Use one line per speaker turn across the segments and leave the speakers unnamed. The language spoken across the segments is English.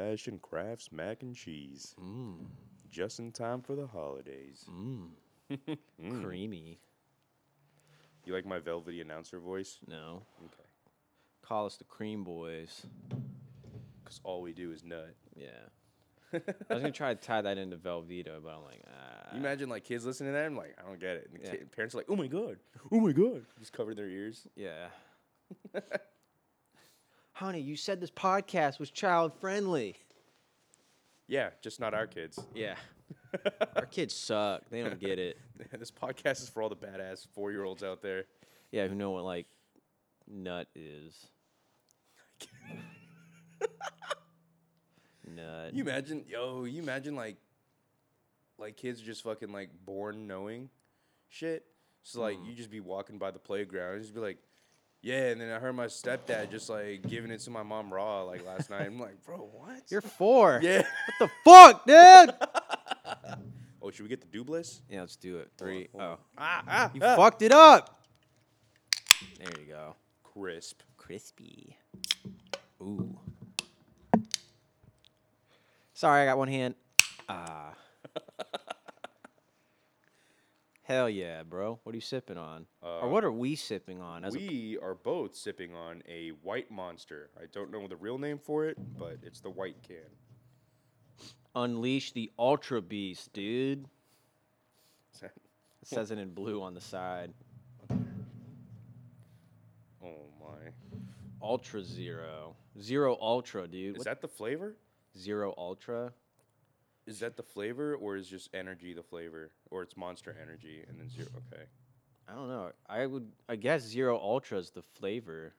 Old-fashioned Kraft's mac and cheese, just in time for the holidays.
Mm. Creamy.
You like my velvety announcer voice?
No.
Okay.
Call us the Cream Boys.
Because all we do is nut.
Yeah. I was gonna try to tie that into Velveeta, but I'm like, ah.
You imagine like kids listening to that? I'm like, I don't get it. And the
Yeah.
kid, parents are like, oh my God. Oh my God. Just cover their ears.
yeah. Honey, you said this podcast was child friendly.
Yeah, just not our kids.
Yeah. Our kids suck. They don't get it.
this podcast is for all the badass four year olds out there.
Yeah, who know what like nut is? nut.
You imagine, yo, you imagine like, like kids are just fucking like born knowing shit. So like, you just be walking by the playground and just be like, yeah. And then I heard my stepdad just like giving it to my mom raw like last night. I'm like, bro, what?
You're four.
yeah.
What the fuck, dude?
oh, should we get the dublis?
yeah, let's do it. Three.
hold
Oh,
on. Ah, ah,
you
ah.
fucked it up. There you go.
Crisp.
Crispy. Ooh. Sorry, I got one hand. Ah. Hell yeah, bro. What are you sipping on? or what are Uh, we sipping on? As a-
We are both sipping on a white monster. I don't know the real name for it, but it's the white can.
unleash the ultra beast, dude.
Is that-
It says it in blue on the side.
Oh my.
Ultra zero. Zero ultra, dude.
Is
What-
that the flavor?
zero ultra?
Is that the flavor or is just energy the flavor? Or it's monster energy and then zero okay.
I don't know. I would. I guess zero ultra is the flavor.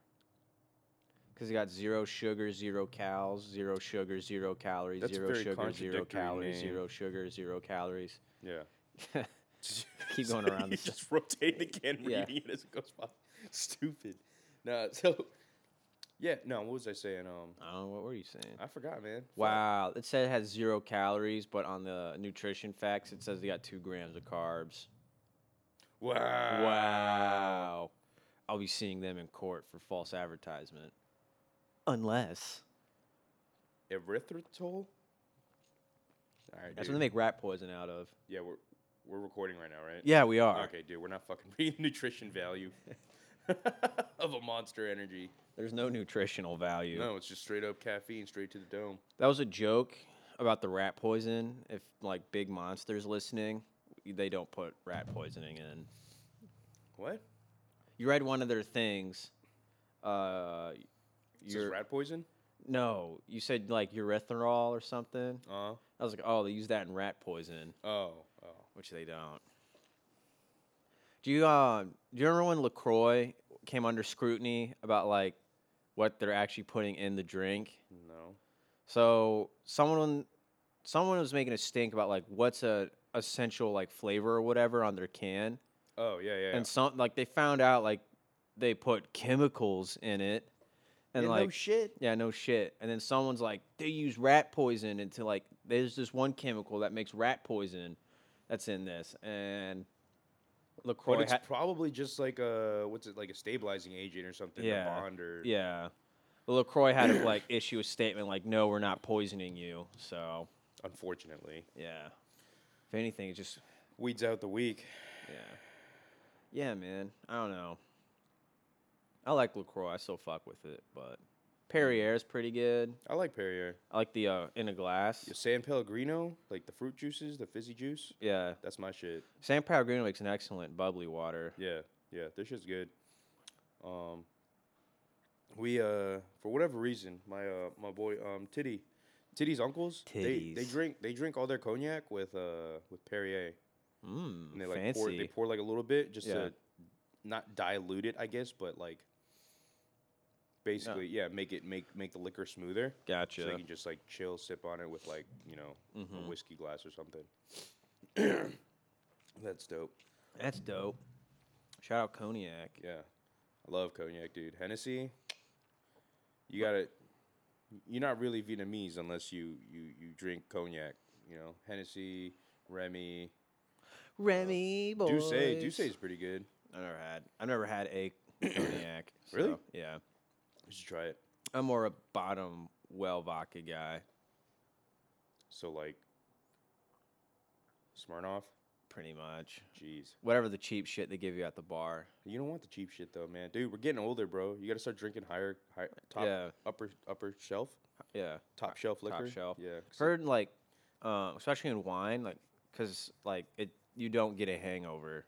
Cause you got zero sugar, zero cals, zero sugar, zero calories,
That's a
zero
very
sugar, zero
contradictory
calories,
name.
zero sugar, zero calories.
Yeah.
Keep going
So
around
you
this.
just rotate the can
Yeah.
reading it as it goes by. Stupid. No, so yeah, no, what was I saying? Um
I don't know what were you saying.
I forgot, man. Fuck.
Wow, it said it has zero calories, but on the nutrition facts it says they got two grams of carbs.
Wow.
Wow. I'll be seeing them in court for false advertisement. Unless.
Erythritol? All right,
That's
dude.
what they make rat poison out of.
Yeah, we're we're recording right now, right?
Yeah, we are.
Okay, dude, we're not fucking reading nutrition value of a monster energy.
There's no nutritional value.
No, it's just straight up caffeine, straight to the dome.
That was a joke about the rat poison. If, like, big monsters listening, they don't put rat poisoning in.
What?
You read one of their things. Uh,
Is this
your,
rat poison?
no, you said, like, urethral or something.
Uh
I was like, oh, they use that in rat poison.
oh oh.
which they don't. Do you uh, do you remember when Lacroix came under scrutiny about like what they're actually putting in the drink?
No.
So someone someone was making a stink about like what's a essential like flavor or whatever on their can,
Oh yeah yeah. yeah.
and some like they found out like they put chemicals in it, and
Yeah,
like
no shit.
yeah, no shit. And then someone's like, they use rat poison into like, there's this one chemical that makes rat poison that's in this. And
But
LaCroix
it's
ha-
probably just like a what's it like a stabilizing agent or something? a
Yeah.
bond or
yeah. LaCroix had to like issue a statement like, no, we're not poisoning you. So,
Unfortunately,
yeah. If anything, it's just,
weeds out the weak.
yeah. Yeah, man. I don't know. I like LaCroix. I still fuck with it, but Perrier is pretty good.
I like Perrier.
I like the uh, in a glass.
The San Pellegrino, like the fruit juices, the fizzy juice.
Yeah.
That's my shit.
San Pellegrino makes an excellent bubbly water.
Yeah, yeah, this shit's good. Um, we uh, for whatever reason, my uh, my boy um, Titty, Titty's uncles, they they
Titties.
drink they drink all their cognac with uh with Perrier,
Mm,
and they like
fancy.
pour they pour like a little bit just
Yeah.
to not dilute it, I guess, but like basically, yeah, make it make make the liquor smoother.
gotcha.
So they can just like chill, sip on it with like you know
Mm-hmm.
a whiskey glass or something. That's dope.
That's dope. Shout out cognac.
Yeah. I love cognac, dude. Hennessy, you gotta you're not really Vietnamese unless you you you drink cognac, you know. Hennessy, Remy,
Remy boy.
Douce, Douce is pretty good.
I never had. I've never had a cognac.
Really?
so, yeah.
You should try it.
I'm more a bottom well vodka guy.
So like Smirnoff,
pretty much.
jeez.
Whatever the cheap shit they give you at the bar.
You don't want the cheap shit though, man. Dude, we're getting older, bro. You got to start drinking higher, higher top
Yeah.
upper upper shelf,
Yeah.
top shelf liquor.
shelf.
Yeah. 'cause
Heard like, uh, especially in wine, like, cause like it, you don't get a hangover.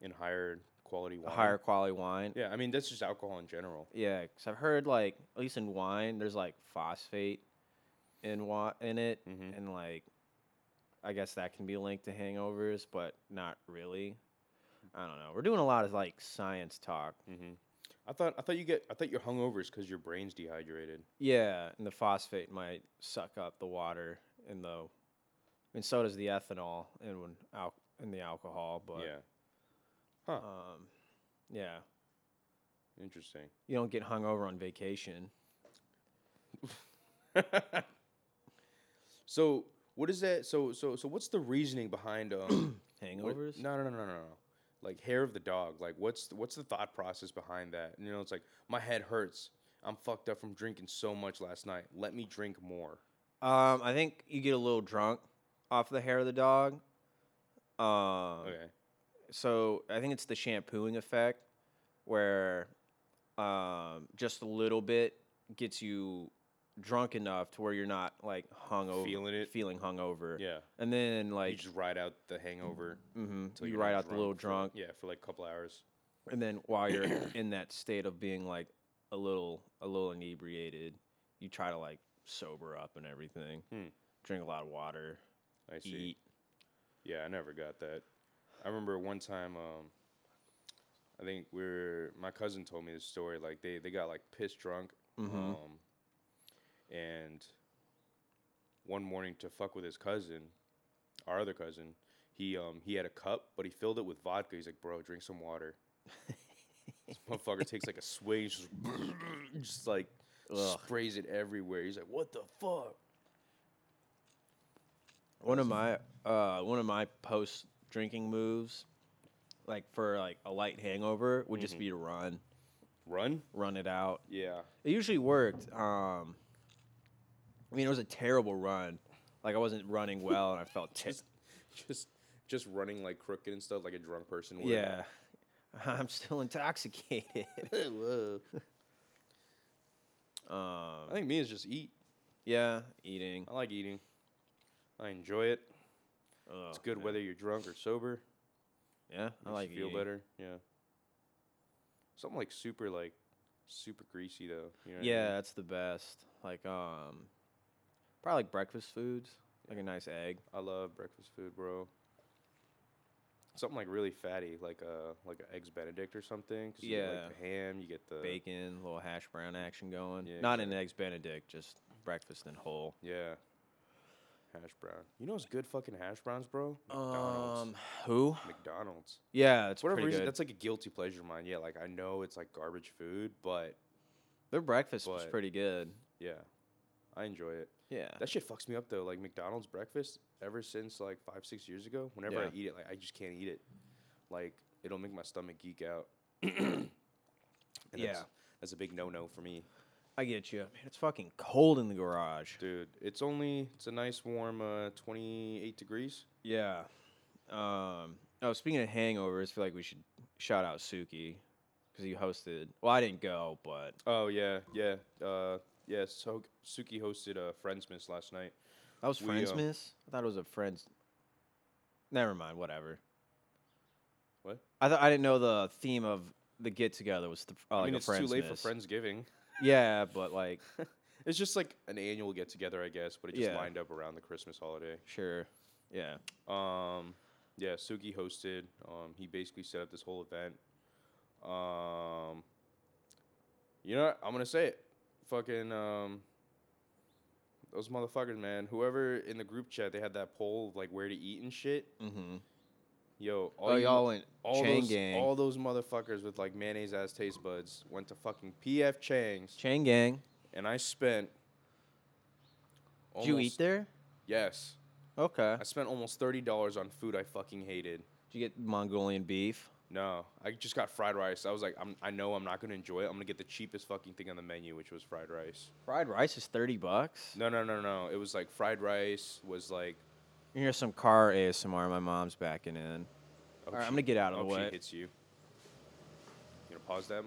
in higher quality
A
wine.
higher quality wine.
Yeah, I mean that's just alcohol in general.
Yeah, because I've heard like at least in wine, there's like phosphate in wa- in it,
Mhm.
and like I guess that can be linked to hangovers, but not really. I don't know. We're doing a lot of like science talk.
hmm I thought I thought you get I thought you're hungover is because your brain's dehydrated.
Yeah, and the phosphate might suck up the water in the, and so does the ethanol in when al- in the alcohol. But
yeah.
um, yeah,
Interesting.
you don't get hungover on vacation.
So what is that? So so so what's the reasoning behind um what-
Hangovers?
no no no no no no like hair of the dog. Like what's the, what's the thought process behind that? You know, it's like my head hurts. I'm fucked up from drinking so much last night. Let me drink more.
Um, I think you get a little drunk off the hair of the dog. Um,
Okay.
so I think it's the shampooing effect, where um, just a little bit gets you drunk enough to where you're not like hungover,
Feeling it?
feeling hungover.
Yeah.
And then
You
like
just ride out the hangover.
mhm,
till
you
you're
ride
not
out the little
for, like-
drunk,
Yeah, for like a couple hours.
and then while you're in that state of being like a little a little inebriated, you try to like sober up and everything.
Hmm.
Drink a lot of water,
I see.
eat.
Yeah, I never got that. I remember one time, um, I think we are my cousin told me this story. Like they they got like pissed drunk,
Mhm.
um, and one morning to fuck with his cousin, our other cousin, he um he had a cup, but he filled it with vodka. He's like, bro, drink some water. this motherfucker takes like a swig, and just, just like
Ugh.
sprays it everywhere. He's like, what the fuck?
One of my uh, one of my post drinking moves, like for like a light hangover, would
Mm-hmm.
just be to run,
Run?
run it out.
Yeah.
It usually worked. Um, I mean, it was a terrible run. Like I wasn't running well, and I felt ti
just, just just running like crooked and stuff like a drunk person would.
yeah. I'm still intoxicated.
I
um,
think me is just eat.
yeah, eating.
I like eating. I enjoy it. It's
Ugh,
good
Oh, man.
whether you're drunk or sober.
Yeah, I
Makes
like
you feel
eating.
better. Yeah. Something like super like super greasy though. You know what I mean?
Yeah, that's the best. Like um, probably like breakfast foods, like a nice egg.
I love breakfast food, bro. Something like really fatty, like a like a eggs Benedict or something. 'cause you get,
Yeah.
like the ham, you get the
bacon, little hash brown action going.
Uh, Yeah,
Not an eggs Benedict, just breakfast and whole.
Yeah. Hash brown. You know what's good fucking hash browns, bro?
Um, who?
McDonald's.
Yeah, it's
whatever
pretty
reason,
good.
that's like a guilty pleasure of mine. Yeah, like I know it's like garbage food, but
Their breakfast was
but-
pretty good.
yeah, I enjoy it.
Yeah,
That shit fucks me up though. Like McDonald's breakfast, ever since like five six years ago, whenever I
Yeah.
eat it, like I just can't eat it. Like it'll make my stomach geek out. and
Yeah.
that's, that's a big no no for me,
I get you. Man, it's fucking cold in the garage.
dude. It's only it's a nice warm uh, twenty eight degrees.
Yeah. Um. Oh, speaking of hangovers, I feel like we should shout out Suki because he hosted. Well, I didn't go, but
Oh yeah, yeah, uh, yeah. So Suki hosted a uh, Friendsmas last night.
that was
We, um,
Friendsmas. I thought it was a friends. Never mind. Whatever.
What?
I thought I didn't know the theme of the get together was the, uh,
I
like
mean,
a
it's too late for
Friendsmas.
friendsgiving.
Yeah, but like,
It's just like an annual get together, I guess, but it just
Yeah.
lined up around the Christmas holiday.
sure. Yeah.
Um, yeah, Suki hosted. Um, he basically set up this whole event. Um, you know, what? I'm gonna say it. Fucking um, those motherfuckers, man. Whoever in the group chat, they had that poll of like where to eat and shit.
Mm-hmm.
Yo, all
Oh,
you-
y'all went
all
Chang
those,
Gang.
all those motherfuckers with like mayonnaise ass taste buds went to fucking PF Chang's,
Chang Gang.
and I spent.
Did you eat
almost-
there?
Yes.
Okay.
I spent almost thirty dollars on food I fucking hated.
Did you get Mongolian beef?
No, I just got fried rice. I was like, I'm, I know I'm not gonna enjoy it. I'm gonna get the cheapest fucking thing on the menu, which was fried rice.
Fried rice is thirty bucks.
No, no, no, no. It was like fried rice was like.
You hear some car ASMR. My mom's backing in.
I hope
All right,
she-
I'm gonna get out
I
of the
hope she
way.
hits you. You gonna pause that?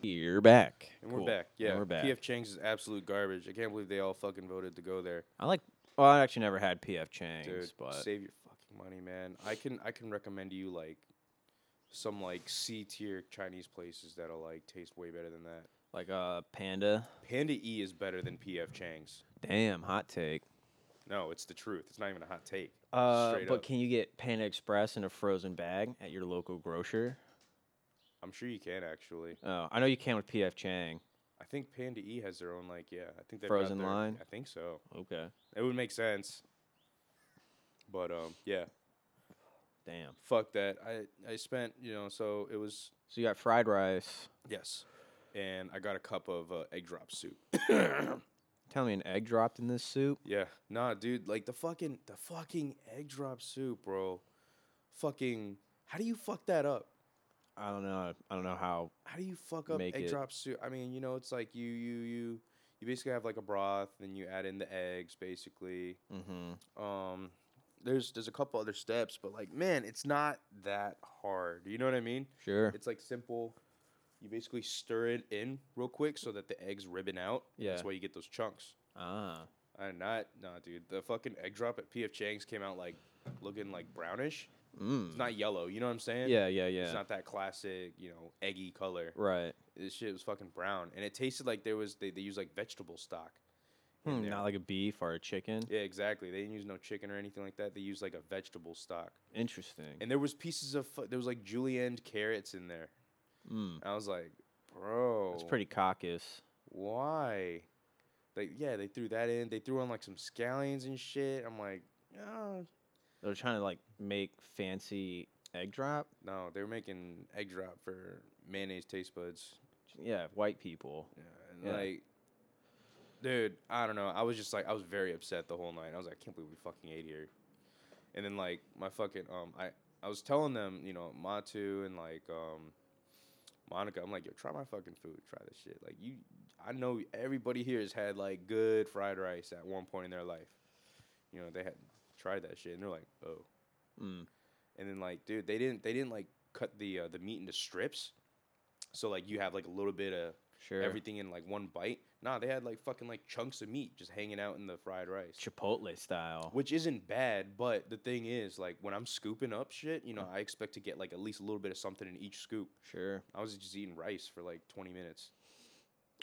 You're back.
And we're
Cool.
back. Yeah,
and we're back.
PF Chang's is absolute garbage. I can't believe they all fucking voted to go there.
I like. Well, I actually never had PF Chang's,
Dude,
but
save your fucking money, man. I can I can recommend you like some like C tier Chinese places that'll like taste way better than that.
like uh, Panda.
Panda E is better than PF Chang's.
Damn, hot take.
No, it's the truth. It's not even a hot take.
Uh,
Straight
but
up.
can you get Panda Express in a frozen bag at your local grocer?
I'm sure you can actually.
Oh, I know you can with PF Chang.
I think Panda E has their own like yeah. I think they've
Frozen
got their,
line?
I think so.
Okay.
It would make sense. But um yeah,
Damn.
fuck that. I I spent you know so it was
So you got fried rice.
yes, and I got a cup of uh, egg drop soup.
Tell me an egg dropped in this soup.
Yeah. Nah, dude, like the fucking the fucking egg drop soup, bro. Fucking how do you fuck that up?
I don't know. I don't know how.
How do you fuck up
Make
egg
it-
drop soup? I mean, you know, it's like you you you you basically have like a broth, then you add in the eggs basically.
Mm-hmm.
Um there's there's a couple other steps, but like man, it's not that hard. You know what I mean?
Sure.
It's like simple. You basically stir it in real quick so that the eggs ribbon out.
Yeah.
That's why you get those chunks.
Ah.
I'm not, nah, dude. The fucking egg drop at PF Chang's came out like looking like brownish.
Mm.
It's not yellow, you know what I'm saying?
Yeah. Yeah. Yeah.
It's not that classic, you know, eggy color.
right.
This shit was fucking brown, and it tasted like there was they, they used like vegetable stock. in
Hmm,
there.
not like a beef or a chicken.
yeah, exactly. They didn't use no chicken or anything like that. They used like a vegetable stock,
Interesting.
and there was pieces of fu- there was like julienne carrots in there.
Mm.
I was like, bro,
It's pretty caucus.
why? They yeah, they threw that in. They threw on like some scallions and shit. I'm like, oh,
They're trying to like make fancy egg drop.
No, they were making egg drop for mayonnaise taste buds.
Yeah, white people.
Yeah, and
Yeah.
Like, dude, I don't know. I was just like, I was very upset the whole night. I was like, I can't believe we fucking ate here. And then like my fucking um, I I was telling them, you know, Matu and like um, Monica, I'm like, yo, try my fucking food. Try this shit. Like you, I know everybody here has had like good fried rice at one point in their life. You know, they had tried that shit, and they're like, oh.
Mm.
and then like dude they didn't they didn't like cut the uh, the meat into strips so like you have like a little bit of
Sure.
everything in like one bite nah they had like fucking like chunks of meat just hanging out in the fried rice
Chipotle style.
which isn't bad but the thing is like when i'm scooping up shit you know i expect to get like at least a little bit of something in each scoop
Sure.
i was just eating rice for like 20 minutes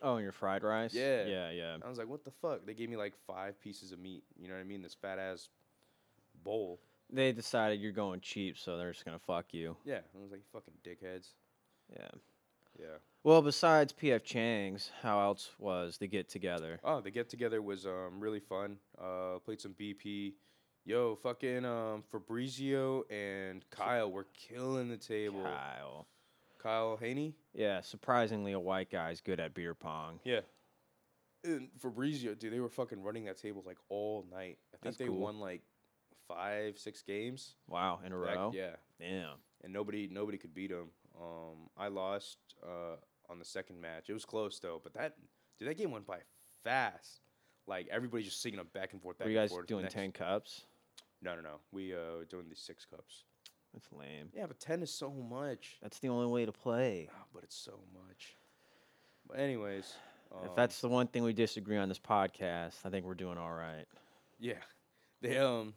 Oh, and your fried rice.
Yeah.
Yeah. Yeah.
i was like what the fuck they gave me like five pieces of meat you know what i mean this fat ass bowl
They decided you're going cheap, so they're just gonna fuck you.
yeah i was like fucking dickheads
Yeah.
yeah
Well, besides PF Chang's, how else was the get together?
Oh, the get together was um really fun. Uh, played some BP. Yo, fucking um Fabrizio and Kyle were killing the table.
Kyle.
Kyle Haney.
Yeah, surprisingly, a white guy's good at beer pong.
Yeah. And Fabrizio, dude, they were fucking running that table like all night. I think
That's
they
cool.
won like five, six games.
Wow, in a
Like,
row.
yeah,
Damn.
and nobody nobody could beat them. Um, I lost uh on the second match. It was close though, but that dude, that game went by fast. Like everybody just singing up back and forth. Back
Were you
and
guys
forth.
doing
Next-
ten cups?
No, no, no. We uh were doing these six cups.
That's lame.
Yeah, but ten is so much.
That's the only way to play.
Ah, but it's so much. But anyways, um,
if that's the one thing we disagree on this podcast, I think we're doing all right.
yeah, they um,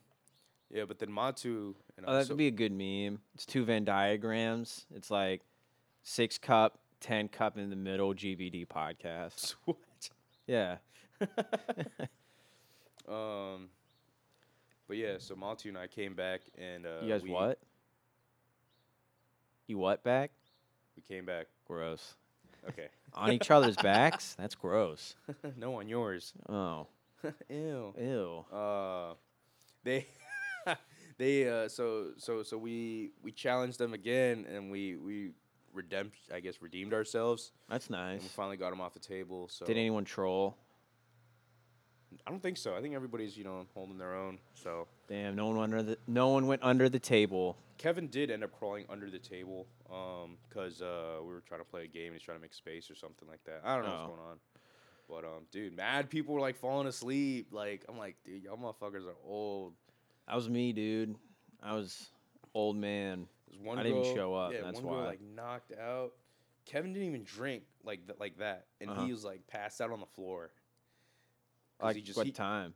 yeah. But then Matu and
Oh, that
so,
could be a good meme. It's two Venn diagrams. It's like six cup, ten cup in the middle. GVD podcast.
what?
Yeah.
Um, but yeah, so Matu and I came back and uh,
you guys
we,
what? You what back?
We came back.
Gross.
Okay,
On each other's backs? That's gross.
no on yours.
Oh,
Ew.
ew.
Uh, they they uh so so so we we challenged them again and we we redempt I guess redeemed ourselves
That's nice.
and we finally got them off the table. So
Did anyone troll?
I don't think so. I think everybody's you know holding their own. So
Damn, no one went under the no one went under the table.
Kevin did end up crawling under the table because uh, we were trying to play a game and he's trying to make space or something like that. I don't know what's
Oh.
going on. But um, dude, mad people were like falling asleep. Like I'm like, dude, y'all motherfuckers are old.
That was me, dude. I was old man.
There's one
I didn't even
girl-
show up,
Yeah,
that's
one girl
why.
like knocked out. Kevin didn't even drink like th- like that, and
Uh-huh.
he was like passed out on the floor. 'Cause
Like
he just-
what
he-
time?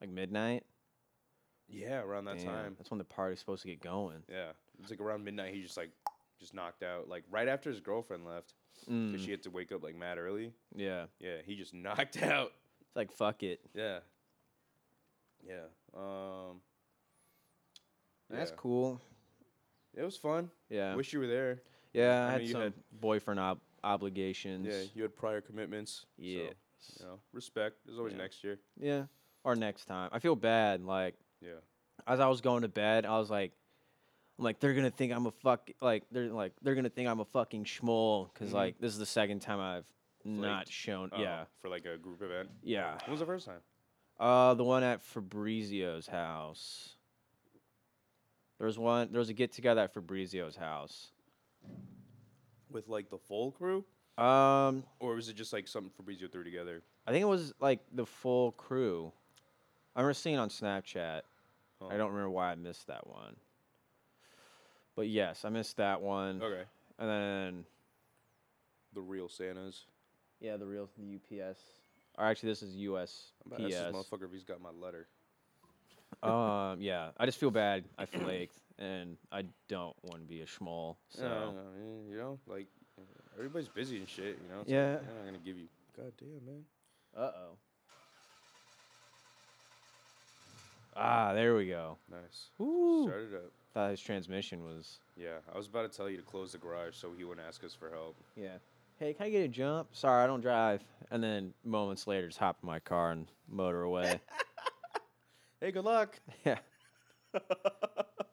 Like midnight.
Yeah, around that
Damn,
time.
That's when the party's supposed to get going.
Yeah, it was like around midnight. He just like just knocked out. Like right after his girlfriend left, because
Mm,
she had to wake up like mad early.
yeah.
Yeah, he just knocked out.
It's like fuck it.
Yeah. Yeah. Um.
That's
yeah.
cool.
It was fun.
Yeah.
Wish you were there. I
yeah, I,
mean,
had
you
some
had-
boyfriend ob- obligations.
Yeah, you had prior commitments.
Yeah.
So, you know, respect. There's always
Yeah.
next year.
Yeah. Or next time. I feel bad. Like
Yeah.
as I was going to bed, I was like, I'm like they're gonna think I'm a fuck. Like they're like they're gonna think I'm a fucking schmoll because
Mhm.
like this is the second time I've not
Flaked.
shown.
Uh,
Yeah.
For like a group event.
Yeah.
When was the first time?
Uh, the one at Fabrizio's house. There was one. There was a get together at Fabrizio's house.
With like the full crew,
Um,
or was it just like something Fabrizio threw together?
I think it was like the full crew. I remember seeing it on Snapchat. I
Oh.
don't remember why I missed that one. But yes, I missed that one.
Um, Okay.
And then
The real Santas.
yeah, the real the UPS. Or actually, this is
I'm about to ask this
USPS.
motherfucker if he's got my letter.
um, yeah, I just feel bad. I flaked, and I don't want to be a schmoll. So.
Uh, I mean, you know, like everybody's busy and shit. You know. It's
Yeah.
Like, I'm not gonna give you. God damn, man.
Uh oh. Ah, there we go.
Nice.
Ooh.
Start it up.
Thought his transmission was.
Yeah, I was about to tell you to close the garage so he wouldn't ask us for help.
Yeah. Hey, can I get a jump? Sorry, I don't drive. And then moments later, just hop in my car and motor away.
Hey, good luck.
yeah.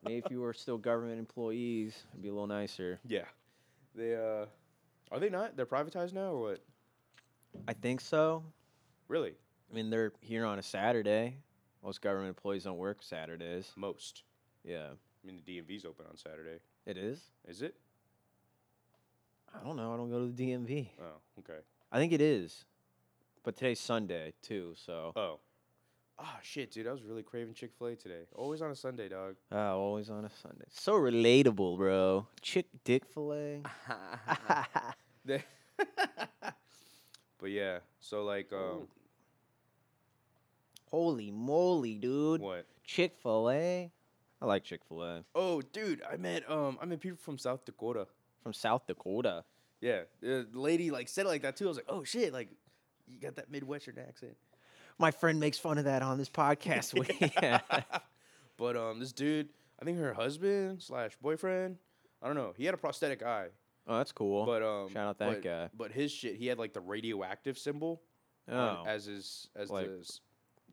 Maybe if you were still government employees, it'd be a little nicer.
Yeah. They uh are they not? They're privatized now or what?
I think so.
Really?
I mean, they're here on a Saturday. Most government employees don't work Saturdays.
Most.
Yeah.
I mean the DMV's open on Saturday.
It is?
Is it?
I don't know. I don't go to the DMV.
Oh, okay.
I think it is. But today's Sunday, too, so.
Oh. Ah shit, dude, I was really craving Chick-fil-A today. Always on a Sunday, dog.
Oh, always on a Sunday. So relatable, bro. Chick Dick Filet.
They- but yeah, so like um
Holy moly, dude.
what?
Chick Fil A. I like Chick Fil A
Oh, dude, I met um I met people from South Dakota.
from South Dakota.
Yeah. The lady like said it like that too. I was like, "Oh shit, like you got that Midwestern accent."
My friend makes fun of that on this podcast.
but um, this dude, I think her husband slash boyfriend, I don't know. He had a prosthetic eye,
oh, that's cool.
but um,
shout out that
but,
guy.
But his shit, he had like the radioactive symbol on- uh,
oh,
as his as
Like-
the s-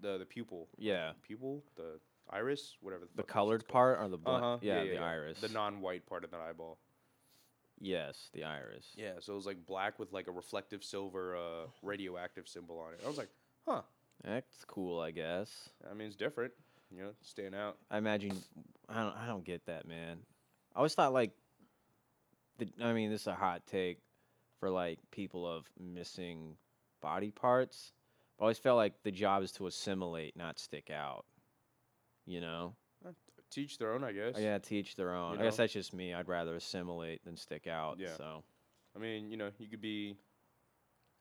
the the pupil,
yeah.
pupil, the iris, whatever.
The colored part or the
Uh
blood?
huh.
Yeah, the iris.
the non-white part of the eyeball.
yes, the iris.
Yeah, so it was like black with like a reflective silver uh, radioactive symbol on it. I was like, huh.
That's cool, I guess.
I mean, it's different. You know, staying out.
I imagine. I don't. I don't get that, man. I always thought like. The, I mean, this is a hot take for like people of missing body parts. I always felt like the job is to assimilate, not stick out. You know,
Uh, Teach their own, I guess.
I gotta teach their own.
You
I guess
know?
that's just me. I'd rather assimilate than stick out.
Yeah.
So
I mean, you know, you could be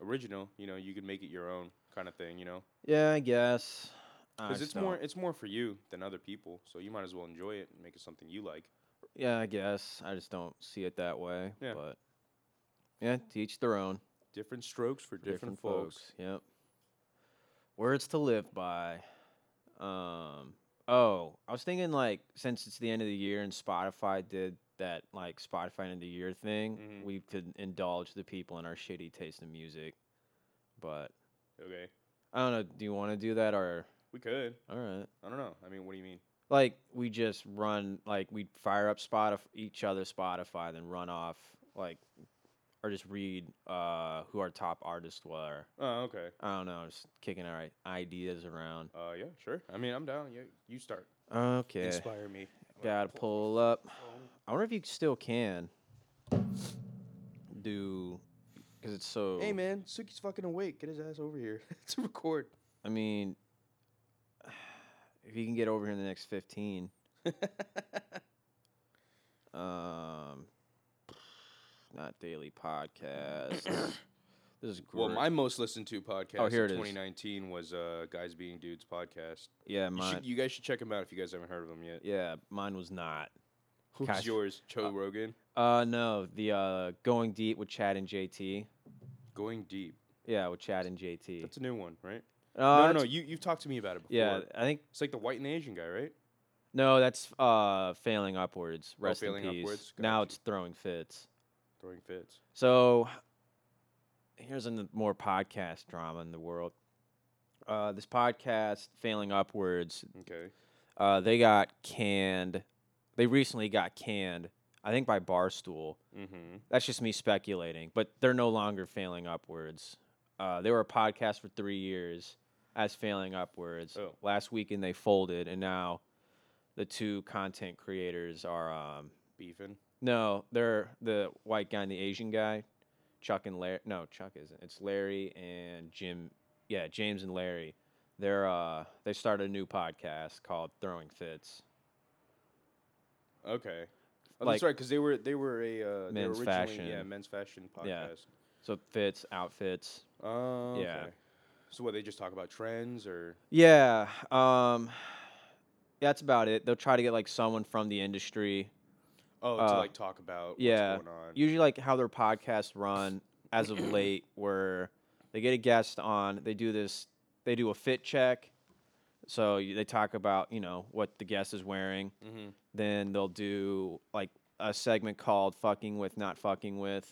original. You know, you could make it your own kind of thing. You know,
yeah, I guess. I
because
just
it's more
don't-
it's more for you than other people. So you might as well enjoy it and make it something you like.
Yeah, I guess. I just don't see it that way.
Yeah.
But yeah, teach their own.
Different strokes for different, folks.
Yep. Words to live by. Um. Oh, I was thinking like since it's the end of the year and Spotify did that like Spotify end of the year thing,
Mhm.
we could indulge the people in our shitty taste in music. But
Okay,
I don't know. Do you want to do that or?
we could.
All right.
I don't know. I mean, what do you mean?
Like we just run like we fire up Spotify each other Spotify, then run off like or just read uh, who our top artists were.
Oh, okay.
I don't know, just kicking our ideas around.
Uh, yeah, sure. I mean, I'm down. You, you start.
Okay,
Inspire me.
gotta
Pull-
pull up.
pull.
I wonder if you still can do because it's so.
Hey, man, Suki's fucking awake. Get his ass over here to record.
I mean, if you can get over here in the next fifteen, um, not daily podcast. this is great. Oh,
well, my most listened to podcast
here
of
it is.
2019 was uh, Guys Being Dudes podcast.
yeah,
You,
mine.
should, you guys should check him out if you guys haven't heard of him yet.
yeah, mine was not.
Who's
Gosh.
yours? Joe Rogan.
Uh, no, the uh, going deep with Chad and JT.
Going deep.
Yeah, with Chad and JT.
That's a new one, right?
Uh,
no, no, no.
that's-
You you've talked to me about it before.
Yeah, I think
It's like the white and Asian guy, right?
no, that's uh failing upwards. Rest
Failing
in peace.
Upwards,
Now
gotcha.
it's throwing fits.
Throwing fits.
So here's a n- more podcast drama in the world. Uh, this podcast, Failing Upwards,
Okay.
uh, they got canned. They recently got canned, I think, by Barstool.
Mm-hmm.
That's just me speculating, but they're no longer Failing Upwards. Uh, they were a podcast for three years as Failing Upwards.
Oh.
Last weekend they folded, and now the two content creators are um,
Beefing.
no, they're the white guy and the Asian guy, Chuck and Larry. No, Chuck isn't. It's Larry and Jim. Yeah, James and Larry. They're uh they started a new podcast called Throwing Fits.
Okay. Oh,
Like-
that's right, because they were they were a uh, they were
Men's
originally yeah
fashion.
men's fashion
Yeah.
podcast.
So fits, outfits.
Oh, okay.
Yeah.
So what they just talk about trends or
Yeah. Um that's about it. They'll try to get like someone from the industry.
oh to
Uh,
like talk about
yeah.
what's going on.
Usually like how their podcasts run as of late where they get a guest on, they do this they do a fit check. So you- they talk about, you know, what the guest is wearing.
Mhm.
then they'll do like a segment called fucking with not fucking with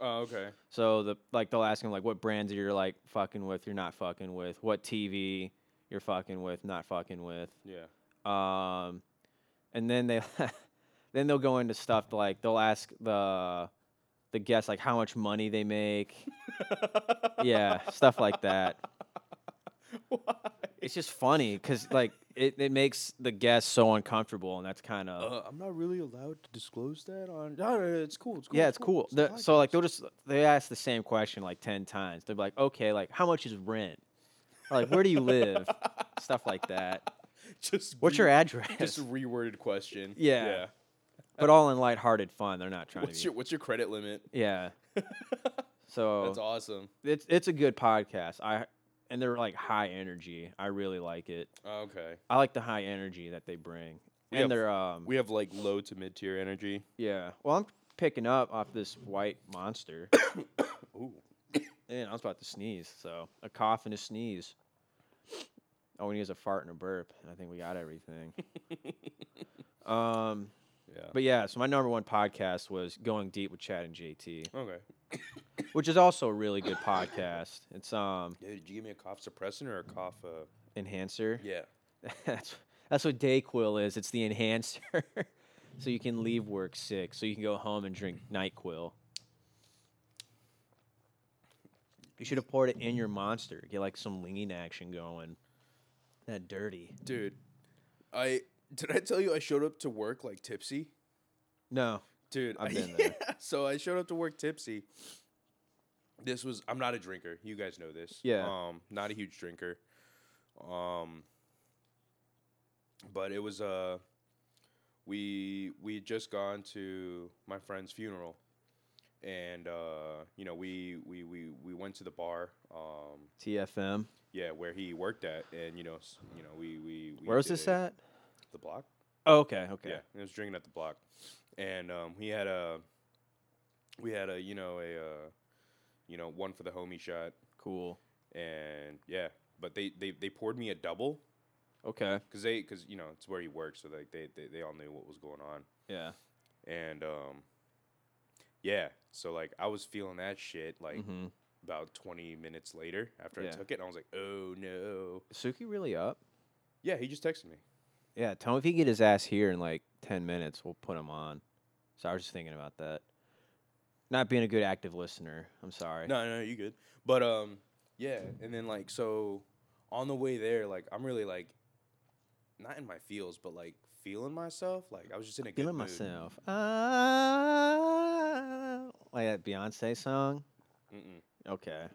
Oh, okay.
so the like they'll ask him like what brands you're like fucking with you're not fucking with what tv you're fucking with not fucking with
Yeah.
um and then they then they'll go into stuff like they'll ask the the guest like how much money they make yeah stuff like that it's just funny because like it, it makes the guest so uncomfortable and that's kind of
Uh, I'm not really allowed to disclose that on. No, no, no, it's cool. It's cool.
Yeah, it's cool.
a
The- so like
podcast.
they'll just they ask the same question like ten times. They're like, okay, like how much is rent? Or, like where do you live? Stuff like that.
just
What's your
re-
address?
just a reworded question.
Yeah. but all in lighthearted fun. They're not trying
What's
to.
your what's your credit limit?
Be, yeah. So
That's awesome.
it's it's a good podcast. I and they're like high energy. I really like it.
Oh, Okay.
I like the high energy that they bring.
We have-
and they're um
We have like low to mid tier energy.
yeah. Well, I'm picking up off this white monster.
Ooh.
And I was about to sneeze, so a cough and a sneeze. All we need is a fart and a burp, and I think we got everything. um,
Yeah.
but yeah, so my number one podcast was Going Deep with Chad and JT,
okay.
which is also a really good podcast. It's um
Yeah, did you give me a cough suppressant or a cough? Uh,
enhancer.
yeah.
that's that's what Dayquil is. It's the enhancer, so you can leave work sick, so you can go home and drink Nyquil. You should have poured it in your monster. Get like some lean action going. That dirty.
Dude, I did I tell you I showed up to work like tipsy?
No.
Dude,
I've
I-
been there.
yeah, so I showed up to work tipsy. This was I'm not a drinker. You guys know this.
Yeah.
Um, not a huge drinker. Um, but it was uh, we we had just gone to my friend's funeral, and uh, you know we we we we went to the bar. Um,
TFM.
yeah, where he worked at, and you know s- you know we we, we
Where was
did
this
a-
at?
The block.
Oh, okay. Okay.
Yeah, he was drinking at the block, and um, we had a, we had a you know a, uh, you know one for the homie shot,
Cool.
and yeah, but they they, they poured me a double
Okay.
because they because you know it's where he works, so like they, they they all knew what was going on,
Yeah.
and um, yeah, so like I was feeling that shit like
hmm
about twenty minutes later after
Yeah.
I took it, and I was like, oh no,
Suki really up?
yeah, he just texted me.
Yeah. Tell him if he get his ass here in like ten minutes, we'll put him on. So I was just thinking about that. Not being a good active listener. I'm sorry.
No, no, you good. But um, yeah, and then like so, on the way there, like I'm really like, not in my feels, but like feeling myself. Like I was just in a good
Feeling
mood.
myself. Ah, like that Beyonce song.
Mm-mm,
Okay.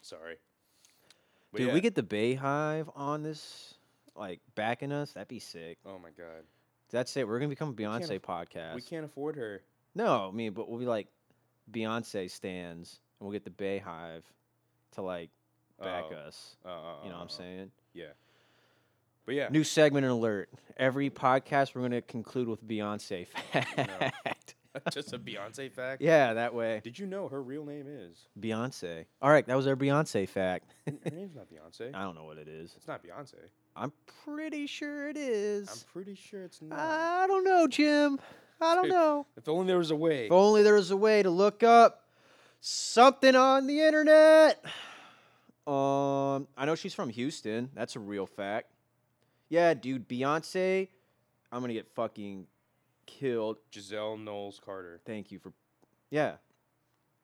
sorry. But
Dude,
yeah.
we get the Bayhive on this, like backing us. That'd be sick.
Oh my god,
That's it. We're gonna become a
can't
Beyonce
aff-
podcast.
we can't afford her.
No, I mean, but we'll be like Beyonce stands, and we'll get the Bayhive to like back
Oh,
us.
uh, uh,
You know what
uh,
I'm saying?
But yeah,
New segment and alert. Every podcast, we're gonna conclude with Beyonce fact.
just a Beyonce fact.
yeah, that way.
Did you know her real name is?
Beyonce. All right, that was our Beyonce fact.
Her name's not Beyonce.
I don't know what it is.
It's not Beyonce.
I'm pretty sure it
I'm
is.
pretty sure it's not.
I don't know, Jim. I don't
Dude,
know.
if only there was a way.
If only there was a way to look up something on the internet. Um, I know she's from Houston. That's a real fact. Yeah, dude, Beyonce. I'm gonna get fucking killed.
Giselle Knowles Carter.
Thank you for. Yeah.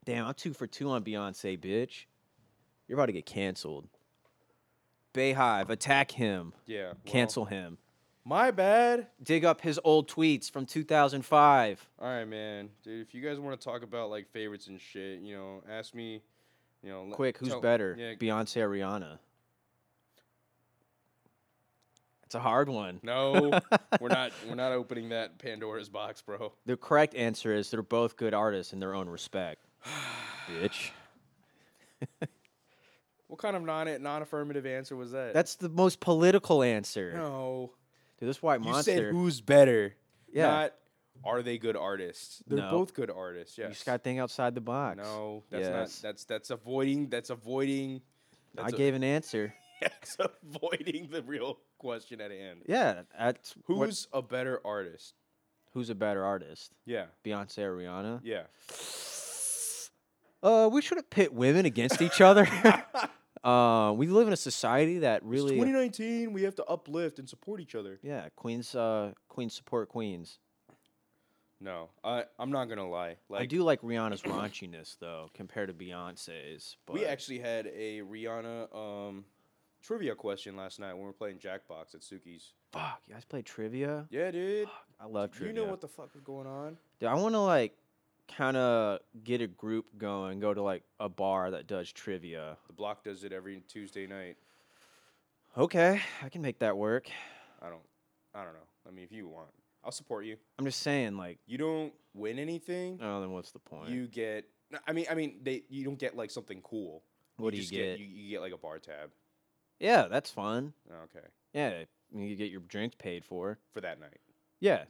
Damn, I'm two for two on Beyonce, bitch. You're about to get canceled. Bayhive, attack him.
Yeah. well,
Cancel him.
My bad.
Dig up his old tweets from 2005.
All right, man. Dude, if you guys want to talk about like favorites and shit, you know, ask me. You know, let-
Quick, who's
tell-
better?
Yeah.
Beyonce or Rihanna? It's a hard one.
no, we're not. We're not opening that Pandora's box, bro.
The correct answer is they're both good artists in their own respect. Bitch.
What kind of non non-affirmative answer was that?
That's the most political answer.
no.
Dude, this white
You
monster.
said who's better?
Yeah.
Not are they good artists? They're
No.
both good artists. Yes.
You just got to think outside the box.
no, that's
Yes.
not. That's that's avoiding. That's avoiding.
I
That's a-
gave an answer.
That's avoiding the real question at hand.
Yeah, that's
Who's
what-
a better artist?
who's a better artist,
Yeah,
Beyonce or Rihanna?
yeah.
Uh, we shouldn't pit women against each other. uh, we live in a society that really,
2019, we have to uplift and support each other.
yeah, queens, uh, queens support queens.
No, I I'm not gonna lie. Like
I do like Rihanna's raunchiness though, compared to Beyonce's. But
we actually had a Rihanna um trivia question last night when we were playing Jackbox at Suki's.
fuck, you guys play trivia?
Yeah, dude.
I love
You
trivia.
know what the fuck was going on?
Dude, I want to like kind of get a group going, go to like a bar that does trivia.
The block does it every Tuesday night.
Okay, I can make that work.
I don't I don't know. I mean, if you want, I'll support you.
I'm just saying, like,
You don't win anything.
oh, then what's the point?
You get no, I mean I mean they you don't get like something cool.
what do you
just
get?
You, you get like a bar tab.
yeah, that's fun.
Okay.
Yeah, I mean, you get your drinks paid for.
For that night.
Yeah.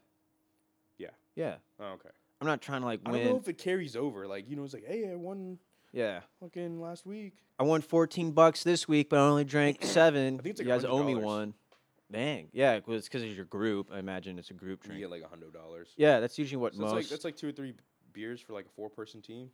Yeah.
Yeah.
Okay.
I'm not trying to like
I don't know
win.
if it carries over. Like, you know, it's like, hey, I won
Yeah.
fucking last week.
I won 14 bucks this week, but I only drank seven.
I think it's
you
like
guys owe me
$100.
one. Dang. Yeah, it was because it's your group. I imagine it's a group
You
drink.
get like a hundred dollars.
Yeah, that's usually what
So
most.
that's like that's like two or three beers for like a four person team.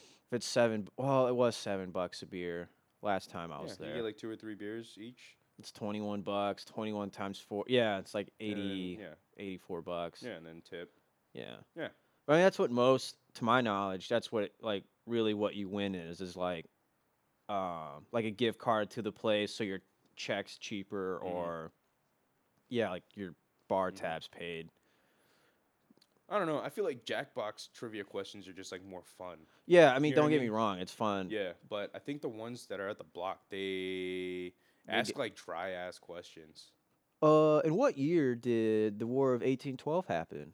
if it's seven, b- well, it was seven bucks a beer last time I
Yeah,
was
you
there.
get like two or three beers each.
it's 21 bucks. 21 times four. Yeah, it's like
and then-
80,
yeah.
84 bucks.
Yeah, and then tip.
Yeah.
Yeah.
I mean, that's what most, to my knowledge, that's what like really what you win is is like, um, like a gift card to the place, so your checks cheaper,
Mhm.
or yeah, like your bar
Mhm.
tabs paid.
I don't know. I feel like Jackbox trivia questions are just like more fun.
Yeah, I mean,
You know what
don't
I
get me
mean?
wrong, it's fun.
Yeah, but I think the ones that are at the block they
They
ask
get-
like dry ass questions.
Uh, in what year did the War of eighteen twelve happen?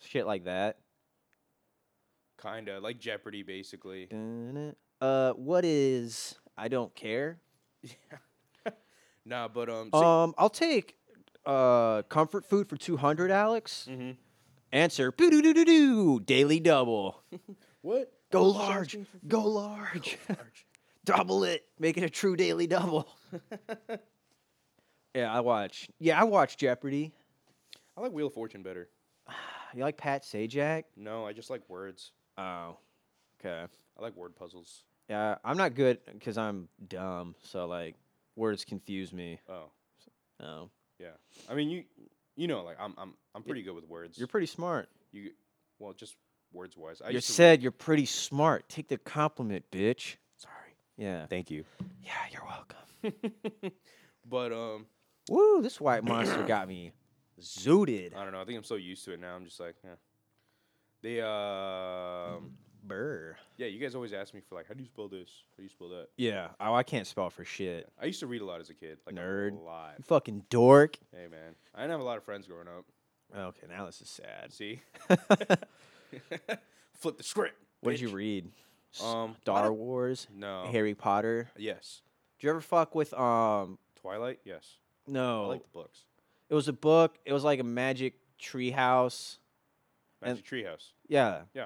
Shit like that.
Kinda like Jeopardy, basically.
Dun-dun. Uh, what is? I don't care.
Nah, but um.
Um, I'll take uh comfort food for two hundred, Alex.
hmm
Answer: Boo-doo-doo-doo-doo. Daily double.
What?
Go
Oh, it's
large.
asking for food.
Go large.
Large.
double it. Make it a true daily double. yeah, I watch. Yeah, I watch Jeopardy.
I like Wheel of Fortune better.
You like Pat Sajak?
No, I just like words.
Oh, okay.
I like word puzzles.
Yeah, I'm not good because I'm dumb. So like, words confuse me.
Oh,
Oh,
I mean you, you know, like I'm I'm I'm pretty good with words.
you're pretty smart.
you well just words wise. I
You
used to-
said you're pretty smart. Take the compliment, bitch.
sorry.
Yeah.
Thank you.
Yeah, you're welcome.
But um,
Woo, this white monster got me zooted.
I don't know. I think I'm so used to it now. I'm just like, yeah. They um,
Burr.
yeah. You guys always ask me for like, how do you spell this? How do you spell that?
Yeah. Oh, I can't spell for shit.
I used to read a lot as a kid. Like
Nerd.
A lot.
You fucking dork.
Hey man, I didn't have a lot of friends growing up.
Okay, now this is sad.
See,
what
flip the script.
did you
bitch.
read?
Um,
Star
I don't-
Wars,
No.
Harry Potter.
Yes.
Did you ever fuck with um?
Twilight. Yes.
No,
I like the books.
it was a book. It was like a magic tree house. And-
Magic Treehouse.
Yeah.
Yeah.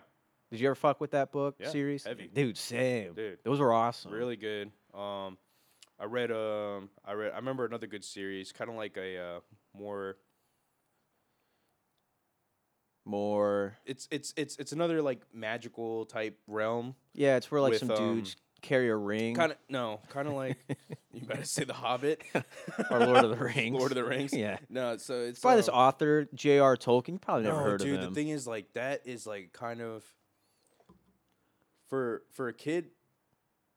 Did you ever fuck with that book
Yeah,
series?
heavy.
Dude, same.
Dude.
Those were awesome.
Really good. Um, I read. Um, I read. I remember another good series, kind of like a uh, more.
More.
It's it's it's it's another like magical type realm.
Yeah, it's where like
With,
some dudes carry a ring.
Kind of no, kind of like you better say the Hobbit
or Lord of the Rings.
Lord of the Rings.
Yeah.
No, so it's
It's by this
um,
author, J.R. Tolkien. You probably never
no,
heard
dude,
of
the
him.
thing is, like, that is like kind of for for a kid,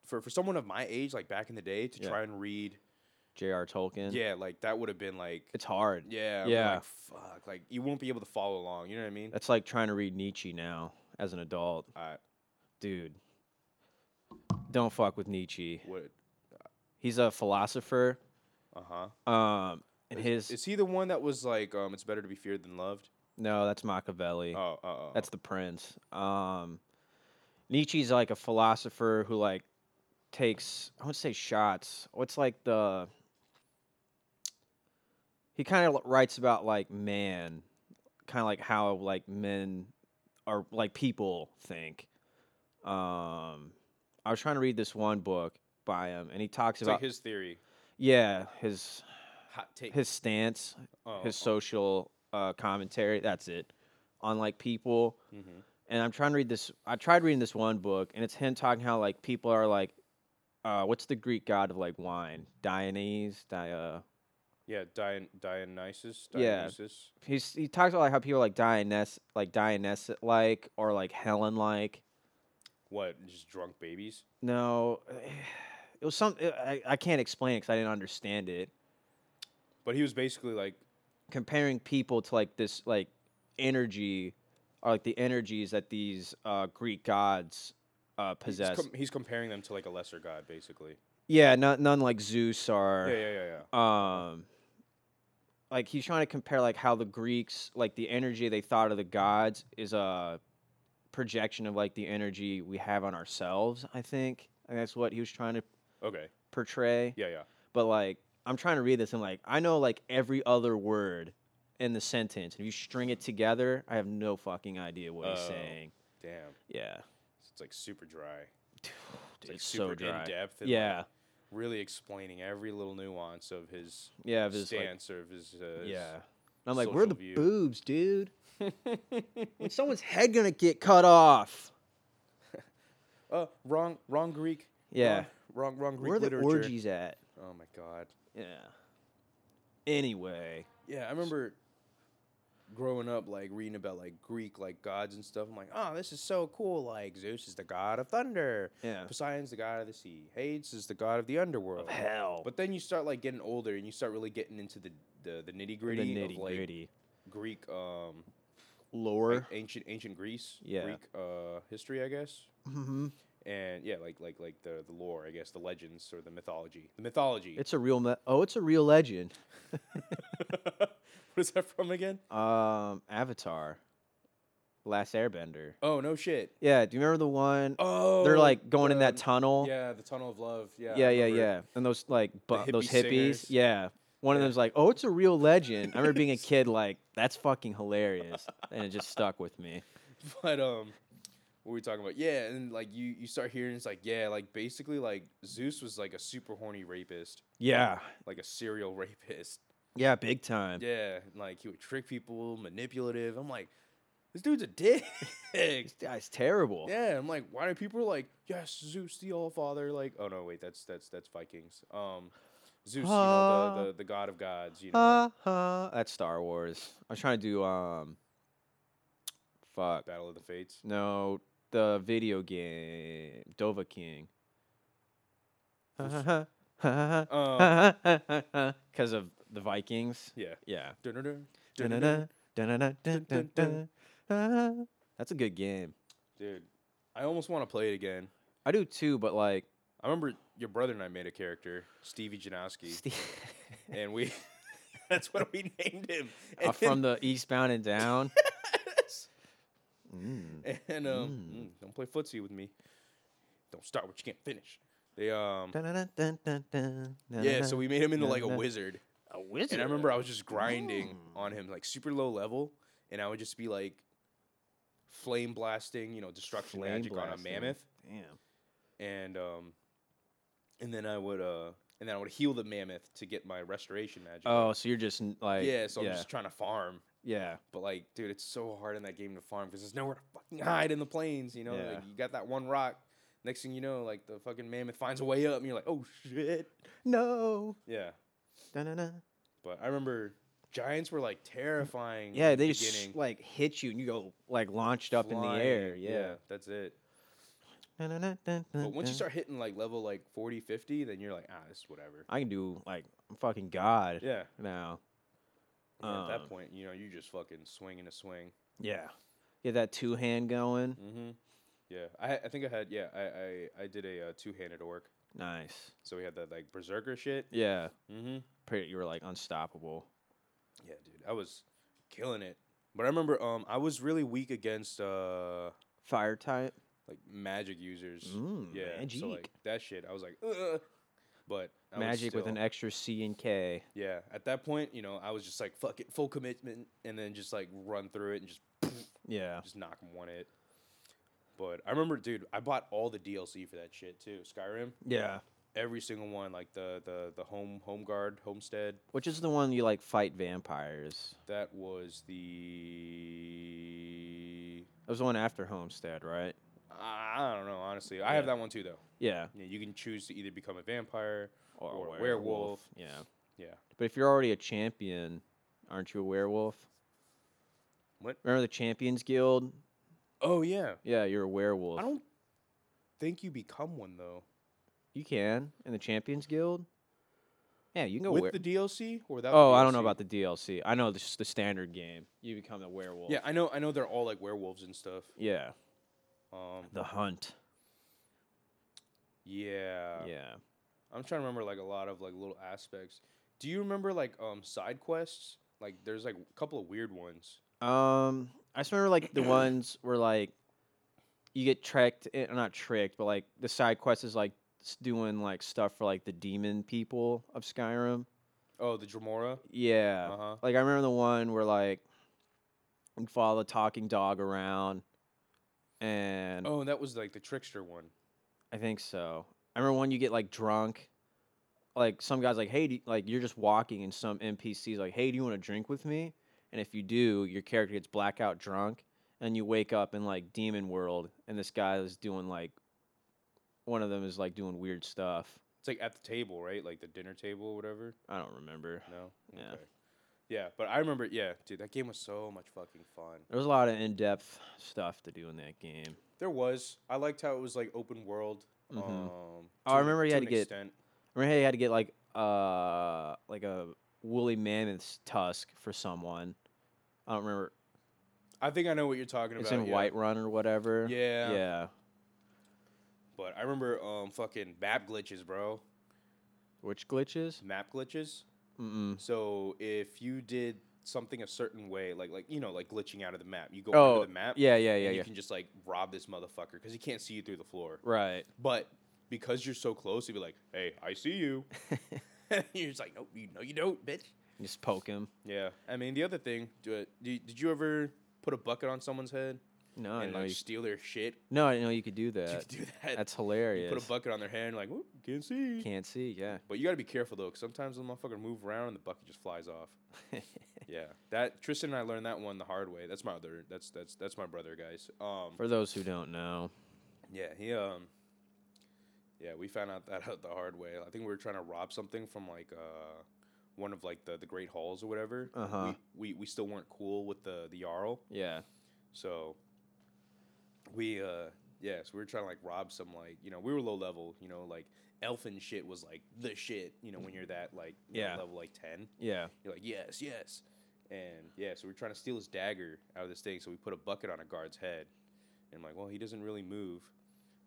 for for someone of my age, like back in the day, to
Yeah.
try and read,
J.R. Tolkien.
yeah, like that would have been like,
It's hard.
yeah, I'm
Yeah.
like, fuck, like you won't be able to follow along. You know what I mean?
That's like trying to read Nietzsche now as an adult.
I
Dude. Don't fuck with Nietzsche.
would.
He's a philosopher.
Uh huh.
Um and his
Is he the one that was like, um, it's better to be feared than loved?
No, that's Machiavelli.
Oh, oh, oh.
That's the prince. Um, Nietzsche's like a philosopher who like takes I wouldn't say shots. What's like the he kind of writes about like man, kind of like how like men are like people think. Um, I was trying to read this one book by him, and he talks
it's
about
like his theory.
yeah his
Hot take.
his stance,
oh,
his social uh, commentary. That's it on like people
mhm.
and I'm trying to read this. I tried reading this one book, and it's him talking how like people are like, uh, what's the Greek god of like wine? Dionys. Di- uh,
Yeah, Dion- Dionysus.
Yeah.
Dionysus.
he's he talks about like how people are like Dionys, like Dionysus, like or like Helen, like.
What? Just drunk babies?
No, it was some. uh, I, I can't explain it because I didn't understand it.
But he was basically like,
Comparing people to like this like energy, or like the energies that these uh, Greek gods uh,
He's
possess.
com- he's comparing them to like a lesser god, basically.
yeah, not none like Zeus or.
Yeah, yeah, yeah, yeah.
um like he's trying to compare like how the greeks like the energy they thought of the gods is a projection of like the energy we have on ourselves i think and that's what he was trying to
Okay.
portray
Yeah, yeah.
but like i'm trying to read this and like i know like every other word in the sentence if you string it together i have no fucking idea what he's
Oh.
saying
Damn.
yeah
It's like super dry.
Dude,
like
it's so
super
dry
in-depth and, like,
yeah
Really explaining every little nuance of his
yeah if it's, like,
stance or of his. Uh, his-
yeah and i'm like where are
social
the
view.
boobs dude When someone's head gonna get cut off.
Uh, wrong, wrong Greek.
Yeah.
Wrong, wrong, wrong Greek
Where are the
literature.
orgies at?
Oh my god.
Yeah. Anyway.
Yeah, I remember growing up like reading about like Greek like gods and stuff. I'm like, oh, this is so cool. Like Zeus is the god of thunder.
Yeah.
Poseidon's the god of the sea. Hades is the god of the underworld.
hell.
But then you start like getting older and you start really getting into the the, the nitty
the
gritty of
nitty
like
gritty
Greek um
lore.
like, ancient ancient Greece.
Yeah.
Greek uh history, I guess. Mm-hmm.
hmm
And yeah, like like like the the lore, I guess, the legends or the mythology. The mythology.
It's a real. Me- oh, it's a real legend.
what is that from again?
Um, Avatar, Last Airbender.
Oh no shit.
Yeah. Do you remember the one?
Oh
They're like going in that
the-
tunnel.
Yeah, the Tunnel of Love. Yeah. I
Yeah. Yeah.
remember.
yeah. And those like bu-
hippie
those hippies.
singers.
Yeah. One of
Yeah.
them's like, "Oh, it's a real legend." I remember being a kid, like, "That's fucking hilarious," and it just stuck with me.
But um, what were we talking about? Yeah, and like you you start hearing it's like yeah, like basically like Zeus was like a super horny rapist,
Yeah,
like a serial rapist.
yeah, big time.
Yeah, and, like he would trick people, manipulative. I'm like, this dude's a dick.
This guy's terrible.
yeah, I'm like, why do people like yes, Zeus the All Father? Like, oh no, wait, that's that's that's Vikings. Um. Zeus, you know,
Ah.
the, the, the god of gods, you know.
Uh-huh. That's Star Wars. I was trying to do um fuck.
Battle of the Fates.
No, the video game Dova King.
Uh,
Because of the Vikings.
yeah.
Yeah.
Dun-dun-dun, dun-dun-dun.
Dun-dun-dun, dun-dun-dun,
dun, dun,
dun-dun-dun. Ah, That's a good game.
Dude, I almost want to play it again.
I do too, but like
I remember your brother and I made a character, Stevie Janowski,
Steve,
and we. that's what we named him.
uh,
And,
from the Eastbound and Down. Mm.
and um,
Mm.
mm, don't play footsie with me. Don't start what you can't finish. They um.
Dun-dun-dun, dun-dun-dun,
Yeah, so we made him into like a
dun-dun.
wizard.
A wizard.
And I remember I was just grinding
Mm.
on him, like super low level, and I would just be like flame blasting, you know, destruction
Flame
magic on a
blasting.
mammoth,
Damn.
and um, and then I would uh, and then I would heal the mammoth to get my restoration magic.
Oh,
up.
so you're just n- like
yeah. So
yeah,
I'm just trying to farm,
yeah.
but like, dude, it's so hard in that game to farm because there's nowhere to fucking hide in the plains. You know,
Yeah.
like you got that one rock. Next thing you know, like the fucking mammoth finds a way up, and you're like, oh shit.
No.
Yeah,
Dun-dun-dun.
but I remember giants were like terrifying.
Yeah,
in the
they just
beginning.
like hit you and you go like launched up in the
flying.
air. Yeah.
that's it.
But
But once you start hitting like level like 40, 50, then you're like, ah, this is whatever.
I can do like I'm fucking god
Yeah.
now.
And at
Um,
that point, you know, you just fucking swinging a swing.
Yeah. Get that two hand going.
Mm-hmm. Yeah, I, I think I had yeah I I, I did a uh, two handed orc,
Nice.
so we had that like berserker shit.
Yeah.
Mm-hmm.
Pretty, you were like unstoppable.
Yeah, dude, I was killing it. But I remember um I was really weak against uh
Fire type.
like magic users.
Mm,
yeah,
magic.
so like that shit, I was like, Ugh. but I was
Magic with
still-
an extra C and K.
Yeah, at that point, you know, I was just like, fuck it, full commitment, and then just like run through it and just
Yeah.
just knock 'em one hit. But I remember, dude, I bought all the DLC for that shit too. Skyrim,
Yeah.
every single one, like the the the home home guard, homestead.
Which is the one you like fight vampires.
That was the
That was the one after Homestead, right?
I I don't know, honestly. I have
Yeah.
that one too, though.
Yeah.
You, know, you can choose to either become a vampire.
Or,
Or a werewolf.
Yeah.
Yeah.
But if you're already a champion, aren't you a werewolf?
What?
Remember the Champions Guild?
Oh yeah,
Yeah, you're a werewolf.
I don't think you become one though
You can in the Champions Guild. Yeah, you can go.
with
were-
the DLC or without.
oh,
the
I don't know
DLC?
about the DLC. I know this the standard game. You become the werewolf.
Yeah, I know. I know they're all like werewolves and stuff.
Yeah.
Um,
The hunt.
yeah.
yeah.
I'm trying to remember like a lot of like little aspects. Do you remember like um side quests? Like there's like a couple of weird ones.
Um, I just remember like the ones where like you get tricked, eh, or not tricked, but like the side quest is like s- doing like stuff for like the demon people of Skyrim.
Oh, the Dremora.
Yeah.
Uh huh.
Like I remember the one where like you follow the talking dog around, and
Oh, that was like the trickster one.
I think so. I remember when you get like drunk, like some guys like, hey, do you-" like you're just walking and some NPCs like, hey, do you want to drink with me? And if you do, your character gets blackout drunk, and you wake up in like demon world, and this guy is doing like, one of them is like doing weird stuff.
It's like at the table, right? Like the dinner table or whatever.
I don't remember.
No.
Yeah.
Yeah, but I remember. Yeah, dude, that game was so much fucking fun.
There was a lot of in-depth stuff to do in that game.
There was. I liked how it was like open world.
Mhm.
Um,
Oh, I
to-
remember you had
an
to get-
extent.
I remember how you had to get like uh like a woolly mammoth's tusk for someone. I don't remember.
I think I know what you're talking
It's
about.
in
yeah.
Whiterun or whatever.
Yeah.
Yeah.
But I remember um fucking map glitches, bro.
Which glitches?
Map glitches.
Mm-mm.
So if you did something a certain way, like like you know, like glitching out of the map, you go
Oh,
under the map.
yeah, yeah,
and
yeah,
you
yeah.
can just like rob this motherfucker because he can't see you through the floor.
Right.
But because you're so close, he'd be like, "Hey, I see you." you're just like, "No, you no, you don't, bitch."
Just poke him.
Yeah. I mean, the other thing, do it. Did, did you ever put a bucket on someone's head
No, I
and
didn't know
like
you.
steal their shit?
No, I didn't know you could do
You
that.
could do that.
That's
you
hilarious.
put a bucket on their head and like, "Whoop, can't see."
Can't see. Yeah.
But you got to be careful though, because sometimes the motherfucker move around and the bucket just flies off. Yeah, that Tristan and I learned that one the hard way. That's my other. That's that's that's my brother, guys. Um,
For those who don't know,
yeah, he um, yeah, we found out that out the hard way. I think we were trying to rob something from like uh, one of like the the great halls or whatever.
Uh-huh.
We, we we still weren't cool with the the jarl,
yeah,
So we uh yeah, so we were trying to like rob some like you know, we were low level, you know, like elfin shit was like the shit, you know, when you're that like you know,
Yeah.
level like ten.
Yeah.
You're like, yes, yes. And yeah, so we're trying to steal his dagger out of this thing. So we put a bucket on a guard's head. And I'm like, well, he doesn't really move.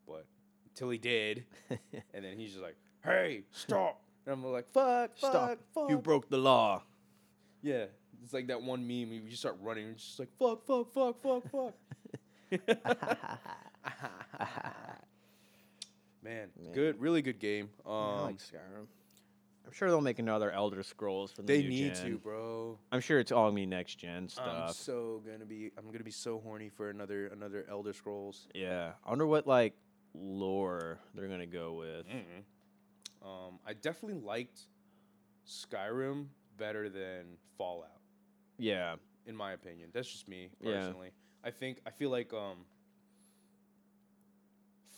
But until he did. and then he's just like, hey, stop. And I'm like, fuck, fuck,
Stop.
fuck.
You broke the law.
yeah. It's like that one meme. You just start running. You're just like, fuck, fuck, fuck, fuck, fuck. Man,
Man.
good, really good game.
I
Um,
like Skyrim. I'm sure they'll make another Elder Scrolls for the
they
new
need
gen.
to, bro.
I'm sure it's all gonna be next gen
I'm
stuff.
so gonna be. I'm gonna be so horny for another another Elder Scrolls.
yeah. I wonder what like lore they're gonna go with.
Mm. Um, I definitely liked Skyrim better than Fallout,
Yeah.
in my opinion. That's just me
Yeah.
personally. I think I feel like um,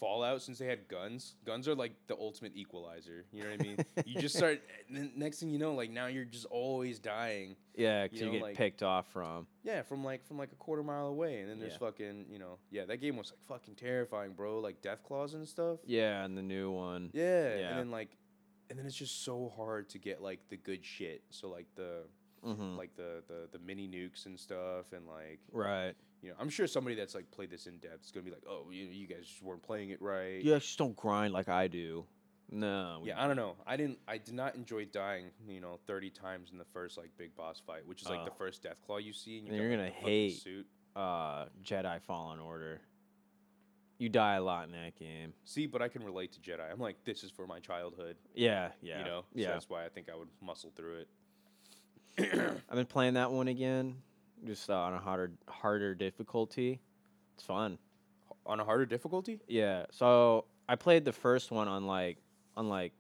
Fallout, since they had guns, guns are like the ultimate equalizer. You know what I mean? you just start. n- Next thing you know, like now you're just always dying.
Yeah,
You
'cause you,
know,
get
like-
picked off from.
Yeah, from like from like a quarter mile away, and then there's
Yeah.
fucking you know yeah that game was like fucking terrifying, bro. Like death claws and stuff.
Yeah, and the new one.
Yeah,
Yeah.
and then like, and then it's just so hard to get like the good shit. So like the
hmm
like the the the mini nukes and stuff, and like
Right.
you know I'm sure somebody that's like played this in depth is gonna be like, oh, you you guys just weren't playing it right.
Yeah, just don't grind like I do. No. we-
Yeah, I don't know. I didn't. I did not enjoy dying. You know, thirty times in the first like big boss fight, which is like
Uh.
the first death claw you see. And you
Then
got,
you're
like,
gonna
the fucking
hate-
Suit.
Uh, Jedi Fallen Order. You die a lot in that game.
See, but I can relate to Jedi. I'm like, this is for my childhood.
Yeah. Yeah.
You know. So
Yeah.
that's why I think I would muscle through it.
I've been playing that one again, just uh, on a harder harder difficulty. It's fun.
On a harder difficulty.
Yeah. So I played the first one on like on like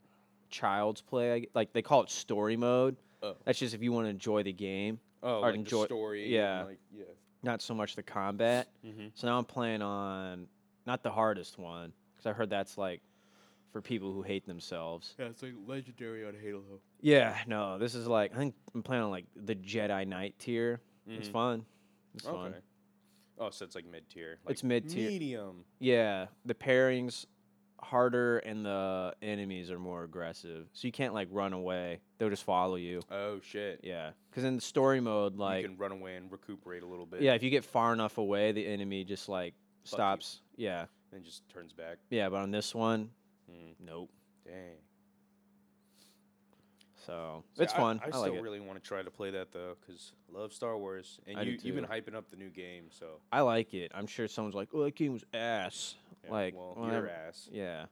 child's play. I g- Like they call it story mode.
Oh.
That's just if you want to enjoy the game,
Oh,
I'd
like
enjoy-
the story. and,
yeah.
like, yeah.
not so much the combat.
Mhm.
So now I'm playing on not the hardest one because I heard that's like for people who hate themselves.
Yeah, it's like legendary on Halo.
Yeah. No, this is like I think I'm playing on like the Jedi Knight tier. It's
Mhm.
fun. It's
okay.
fun.
Oh, so it's like mid tier.
It's mid-tier.
Medium.
Yeah, the pairings harder and the enemies are more aggressive. So you can't like run away. They'll just follow you.
Oh shit.
Yeah. Cuz in the story mode like
you can run away and recuperate a little bit.
yeah, if you get far enough away the enemy just like
you.
stops. Yeah.
Then just turns back.
Yeah, but on this one,
Mm.
nope.
Dang.
So,
See,
it's fun. I,
I,
like
still
it.
really want to try to play that though, cause I love Star Wars, and
I do
you you've been
too.
hyping up the new game. So
I like it. I'm sure someone's like, "Oh, that game was ass."
yeah,
like,
well,
well,
your
I'm-
ass.
yeah.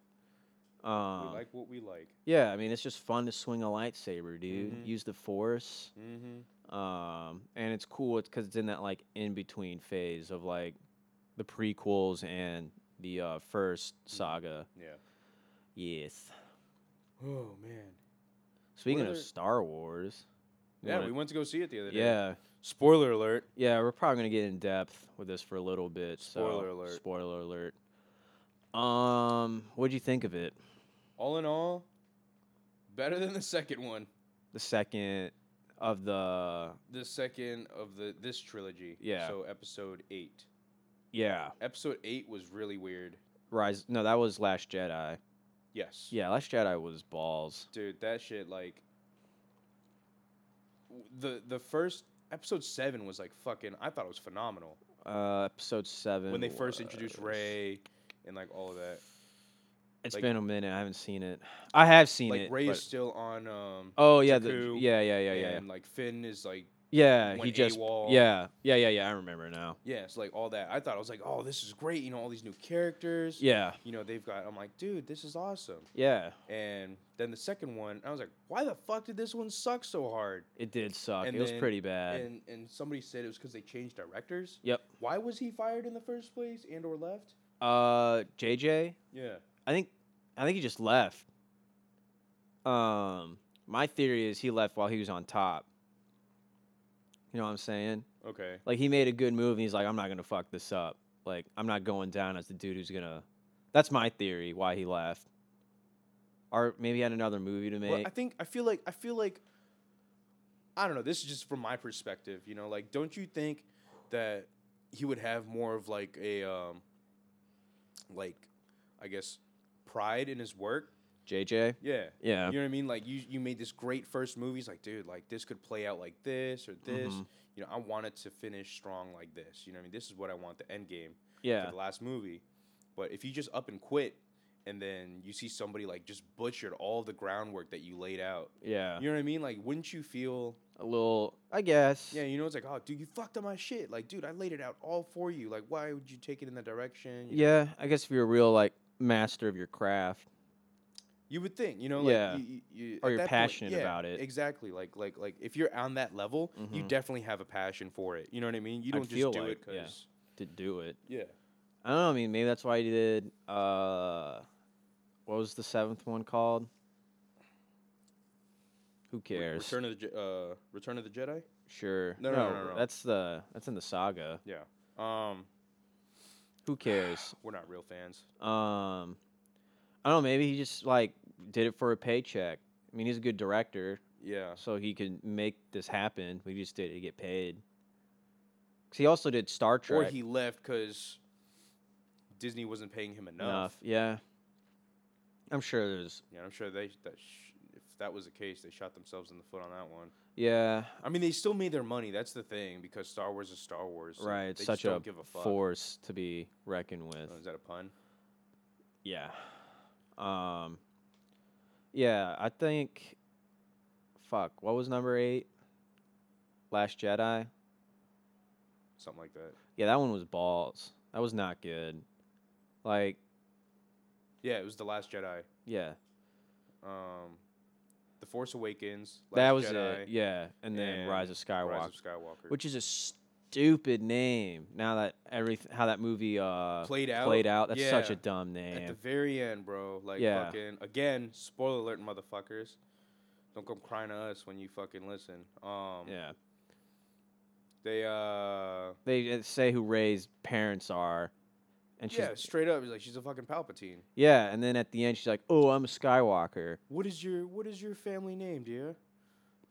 we
Um,
like what we like.
yeah, I mean, it's just fun to swing a lightsaber, dude.
Mhm.
Use the force.
Mm-hmm.
um, and it's cool because it's in that like in between phase of like the prequels and the uh, first
Mm.
saga.
Yeah.
Yes.
Oh man.
Speaking
other-
of Star Wars, you
Yeah,
wanna-
we went to go see it the other day.
yeah,
Spoiler alert.
yeah, we're probably gonna get in depth with this for a little bit.
Spoiler
so,
alert.
Spoiler alert. Um, what'd you think of it?
All in all, better than the second one.
The second of the
the second of the this trilogy.
Yeah.
So episode eight.
yeah
Episode eight was really weird.
rise. No, that was Last Jedi.
Yes.
Yeah, Last Jedi was balls.
Dude, that shit like. w- The the first episode seven was like fucking. I thought it was phenomenal
Uh, episode seven
when they first introduced
was-
Ray and like all of that.
It's
Like-
been a minute. I haven't seen it. I have seen
like
it.
Ray
but-
is still on. Um,
oh yeah, the,
Jakku
yeah, yeah, yeah, yeah,
And like Finn is like
yeah. He
went
just
AWOL.
yeah, yeah, yeah, yeah. I remember now.
yeah, it's like all that. I thought I was like, oh, this is great. You know all these new characters.
Yeah,
You know they've got. I'm like, dude, this is awesome.
yeah.
And then the second one, I was like, why the fuck did this one suck so hard?
It did suck.
And
it was
then-
pretty bad.
And and somebody said it was because they changed directors.
Yep.
Why was he fired in the first place and or left?
uh, JJ.
Yeah.
I think, I think he just left. Um, my theory is he left while he was on top. You know what I'm saying?
Okay.
Like he made a good move, and he's like, I'm not gonna fuck this up. Like I'm not going down as the dude who's gonna. That's my theory why he left. Or maybe he had another movie to make.
Well, I think I feel like I feel like I don't know. This is just from my perspective, you know. Like, don't you think that he would have more of like a um, like I guess pride in his work.
JJ.
Yeah.
Yeah.
You know what I mean? Like you you made this great first movie. He's like, dude, like this could play out like this or this.
Mhm.
You know, I want it to finish strong like this. You know what I mean? This is what I want the end game
Yeah.
for the last movie. But if you just up and quit and then you see somebody like just butchered all the groundwork that you laid out.
Yeah.
You know what I mean? Like wouldn't you feel
A little, I guess.
yeah, you know it's like, oh dude, you fucked up my shit. Like, dude, I laid it out all for you. Like, why would you take it in that direction? You know,
Yeah, I guess if you're a real like master of your craft.
You would think, you know, like
Yeah.
you, you, you- at
Or you're
that point-
passionate
yeah,
about it.
Exactly. Like like like if you're on that level, you
Mhm.
definitely have a passion for it. You know what I mean? You
I
don't just do
feel
it 'cause it
like, yeah.
because
to do it.
yeah.
I don't know. Oh, I mean, maybe that's why he did. Uh, what was the seventh one called? Who
Re-
cares?
Return of the Je- uh, Return of the Jedi.
sure.
No, no, no, no, no.
That's the that's in the saga.
Um,
Who cares?
we're not real fans.
Um, I don't know. Maybe he just like did it for a paycheck. I mean, he's a good director,
Yeah.
so he could make this happen. We just did it to get paid. 'Cause he also did Star Trek.
Or he left because Disney wasn't paying him enough.
enough. Yeah. I'm sure there's.
Yeah, I'm sure they that sh- if that was the case, they shot themselves in the foot on that one.
Yeah.
I mean, they still made their money. That's the thing because Star Wars is Star Wars. and
right.
They
It's
just
such a,
don't give a fuck.
force to be reckoned with.
Oh, is that a pun?
Yeah. Um. Yeah, I think. Fuck. What was number eight? Last Jedi.
Something like that.
Yeah, that one was balls. That was not good. Like,
Yeah, it was the Last Jedi.
yeah,
um, The Force Awakens.
that
Last
was
Jedi,
it. Yeah, and then Rise of Skywalker,
Rise of Skywalker,
which is a stupid name. Now that everything, how that movie uh
played out
played out, that's such a
yeah,
dumb
at the
name.
very end, bro. Like
Yeah.
fucking again, spoiler alert, motherfuckers. Don't come crying to us when you fucking listen. Um,
yeah,
they uh,
they just say who Ray's parents are, and she's
yeah, straight up, he's like, she's a fucking Palpatine.
yeah, and then at the end she's like, "Oh, I'm a Skywalker."
What is your what is your family name, dear?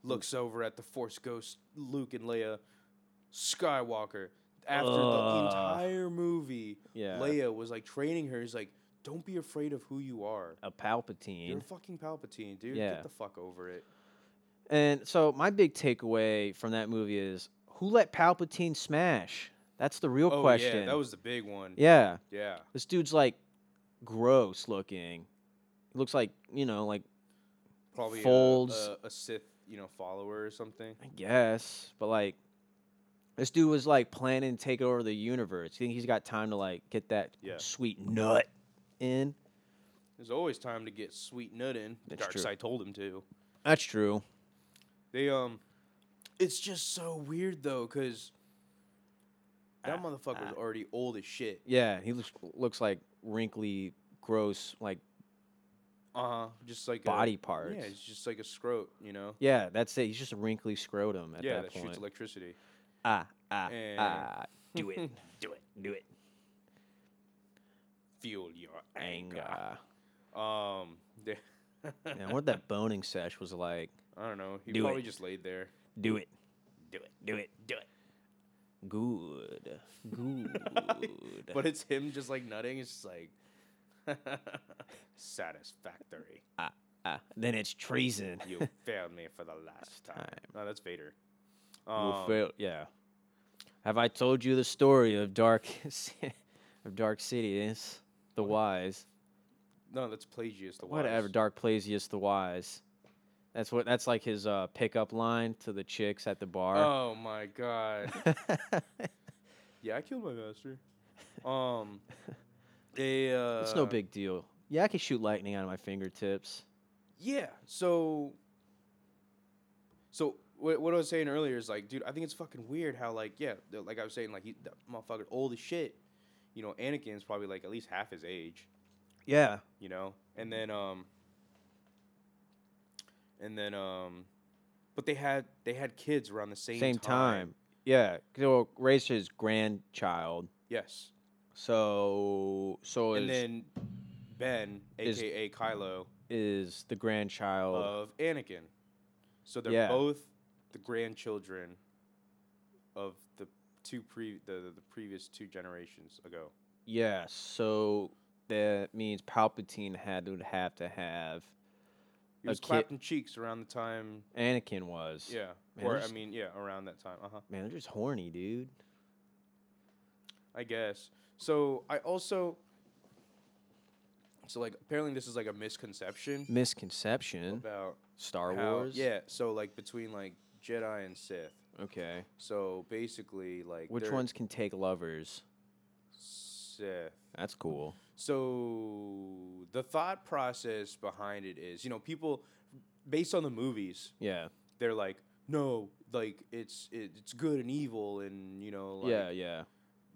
Looks over at the Force Ghost, Luke and Leia, Skywalker. After the
Ugh.
entire movie,
Yeah,
Leia was like training her. He's like, don't be afraid of who you are.
a
You're
Palpatine.
fucking Palpatine, dude.
Yeah.
Get the fuck over it.
And so my big takeaway from that movie is who let Palpatine smash? That's the real
oh
question.
yeah, that was the big one. Yeah.
yeah, this dude's like gross looking. He looks like you know, like
Probably a-
Folds.
A, a, Sith, you know, follower or something.
I guess, but like this dude was like planning to take over the universe. You think he's got time to like get that
Yeah.
sweet nut in?
There's always time to get sweet nut in. The
That's
dark
true.
side told him to.
That's true.
They um, it's just so weird though, cause that
Ah,
motherfucker was
ah.
already old as shit.
Yeah, he looks looks like wrinkly, gross, like
Uh huh. Just like
body
a,
parts.
Yeah,
Yeah,
it's just like a scrote, you know.
that's it. He's just a wrinkly scrotum at
yeah,
that
that,
point.
shoots electricity.
ah, ah,
And-
ah. Do it, do it, do it.
Fuel your anger.
Anger.
Um, they,
Man, I wonder what that boning sesh was like.
I don't know. He
Do
probably
it.
just laid there.
Do it. Do it. Do it. Do it. Good. Good.
But it's him just like nutting. It's just like satisfactory.
Ah, then it's treason.
You failed me for the last time. No, that's Vader. Um,
Yeah. Have I told you the story of dark Ci- of dark cities, the wise?
no, that's Plagius the Wise.
Whatever, dark Plasius the wise. That's what that's like his uh, pickup line to the chicks at the bar.
Oh my god. yeah, I killed my master. Um, they. Uh,
it's no big deal. Yeah, I can shoot lightning out of my fingertips.
Yeah. So. So what, what I was saying earlier is like, dude, I think it's fucking weird how like, yeah, th- like I was saying, like he that motherfucker old as shit. You know, Anakin's probably like at least half his age.
Yeah.
You know, and then um. And then um, but they had they had kids around the same
Same, time. Yeah. So raised his grandchild.
Yes.
So so is
and then Ben,
is-
aka Kylo,
is the grandchild.
of Anakin. So they're
Yeah.
both the grandchildren of the two pre the, the, the previous two generations ago.
Yeah, so that means Palpatine had to have to have
He
A
was
kid-
clapping cheeks around the time.
Anakin was.
Yeah,
Man,
or I
there's-
mean, yeah, around that time. Uh huh.
Man, they're just horny, dude.
I guess. So I also. So like apparently this is like a misconception
Misconception.
about
Mm-hmm. Star
how-
Wars.
Yeah. So like between like Jedi and Sith.
Okay.
So basically like
Which
they're
ones can take lovers?
Sith.
That's cool.
So the thought process behind it is, you know, people based on the movies,
Yeah.
they're like, no, like it's it, it's good and evil and you know, like
yeah. Yeah.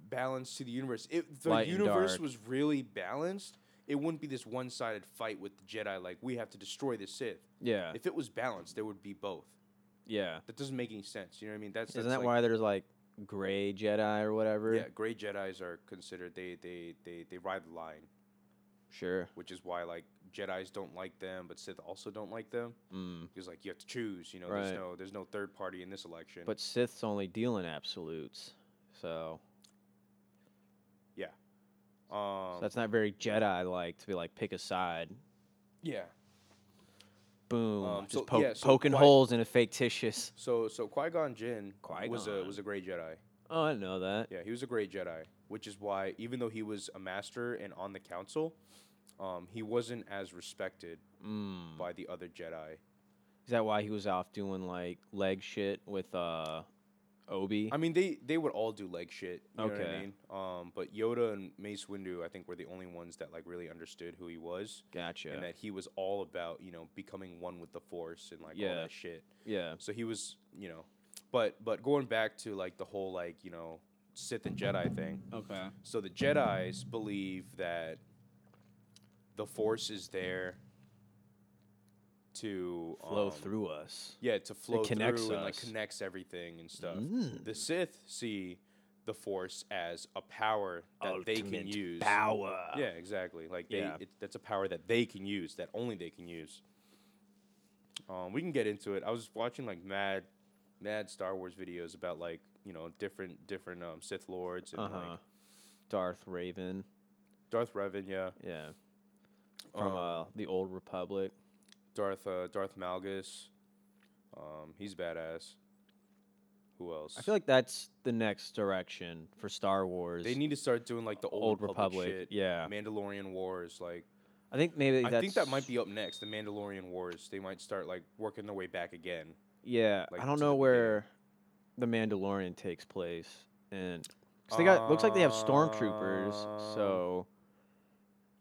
balance to the universe. If the
Light and
universe
dark.
was really balanced, it wouldn't be this one-sided fight with the Jedi like we have to destroy the Sith.
Yeah.
If it was balanced, there would be both.
Yeah.
That doesn't make any sense. You know what I mean? That's,
Isn't
that's
that
like,
why there's like gray Jedi or whatever?
Yeah, gray Jedi's are considered they they they they ride the line.
Sure.
which is why like Jedi's don't like them, but Sith also don't like them.
Mm.
Because like you have to choose, you know. There's
Right.
no there's no third party in this election.
But Sith's only deal in absolutes, so, so
um,
that's not very Jedi-like to be like pick a side.
yeah.
Boom,
Um,
just
so-
poke,
yeah, so
poking
Qui-
holes in a fictitious.
So so Qui Gon Jinn was a
Qui-Gon.
was a great Jedi.
Oh, I know that.
Yeah, he was a great Jedi, which is why even though he was a master and on the council, um, he wasn't as respected
Mm.
by the other Jedi.
Is that why he was off doing like leg shit with uh, Obi?
I mean, they they would all do leg shit. You Know what I
Okay.
mean? Um, but Yoda and Mace Windu, I think, were the only ones that like really understood who he was.
gotcha.
and that he was all about you know becoming one with the force and like all
Yeah.
that shit
yeah.
so he was you know but but going back to like the whole like you know sith and jedi thing
Okay.
so the jedis believe that the force is there to
Flow
um,
through us.
yeah to flow
connects
through and like
us.
connects everything and stuff
Mm.
the sith see the force as a power that they can
Ultimate
use
Power.
yeah, exactly. Like they,
Yeah.
it, that's a power that they can use, that only they can use. Um, we can get into it. I was watching like mad, mad Star Wars videos about like you know different different um, Sith lords and
Uh huh.
like
Darth Raven.
Darth Revan, yeah,
Yeah. From
um,
uh, the Old Republic.
Darth uh, Darth Malgus. Um, he's badass. Who else?
I feel like that's the next direction for Star Wars.
they need to start doing like the old,
Old
Republic,
Republic.
shit.
Yeah.
Mandalorian Wars, like
I think maybe that's.
I think that might be up next. The Mandalorian Wars. They might start like working their way back again.
Yeah,
like,
I
to
don't
the
know
beginning.
where the Mandalorian takes place, and 'cause they got looks like they have stormtroopers,
Um,
so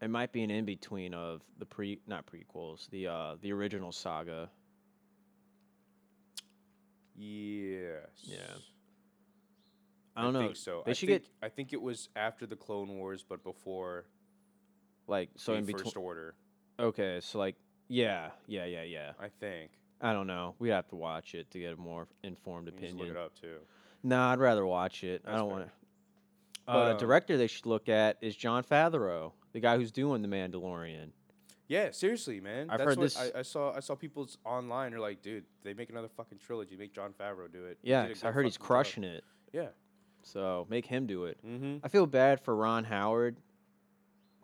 Uh.
it might be an in between of the pre not prequels, the uh the original saga.
Yes.
I don't know,
Think so
they
I
should
think,
get
I think it was after the Clone Wars, but before
like so
the
in between.
First Order.
Okay, so like yeah, yeah, yeah, yeah.
I think.
I don't know. We'd have to watch it to get a more informed
You can just look
opinion.
it up too.
Nah, I'd rather watch it. I
That's
don't
fair.
want to. Uh,
But, um,
director they should look at is John Favreau, the guy who's doing the Mandalorian.
Yeah, seriously, man.
I've
That's
heard
what
this-
I, I saw. I saw people online. They're like, dude, they make another fucking trilogy. Make John Favreau do it. He
Yeah,
did a
'cause I
good
heard he's
fucking job."
crushing it.
Yeah.
So make him do it.
Mm-hmm.
I feel bad for Ron Howard.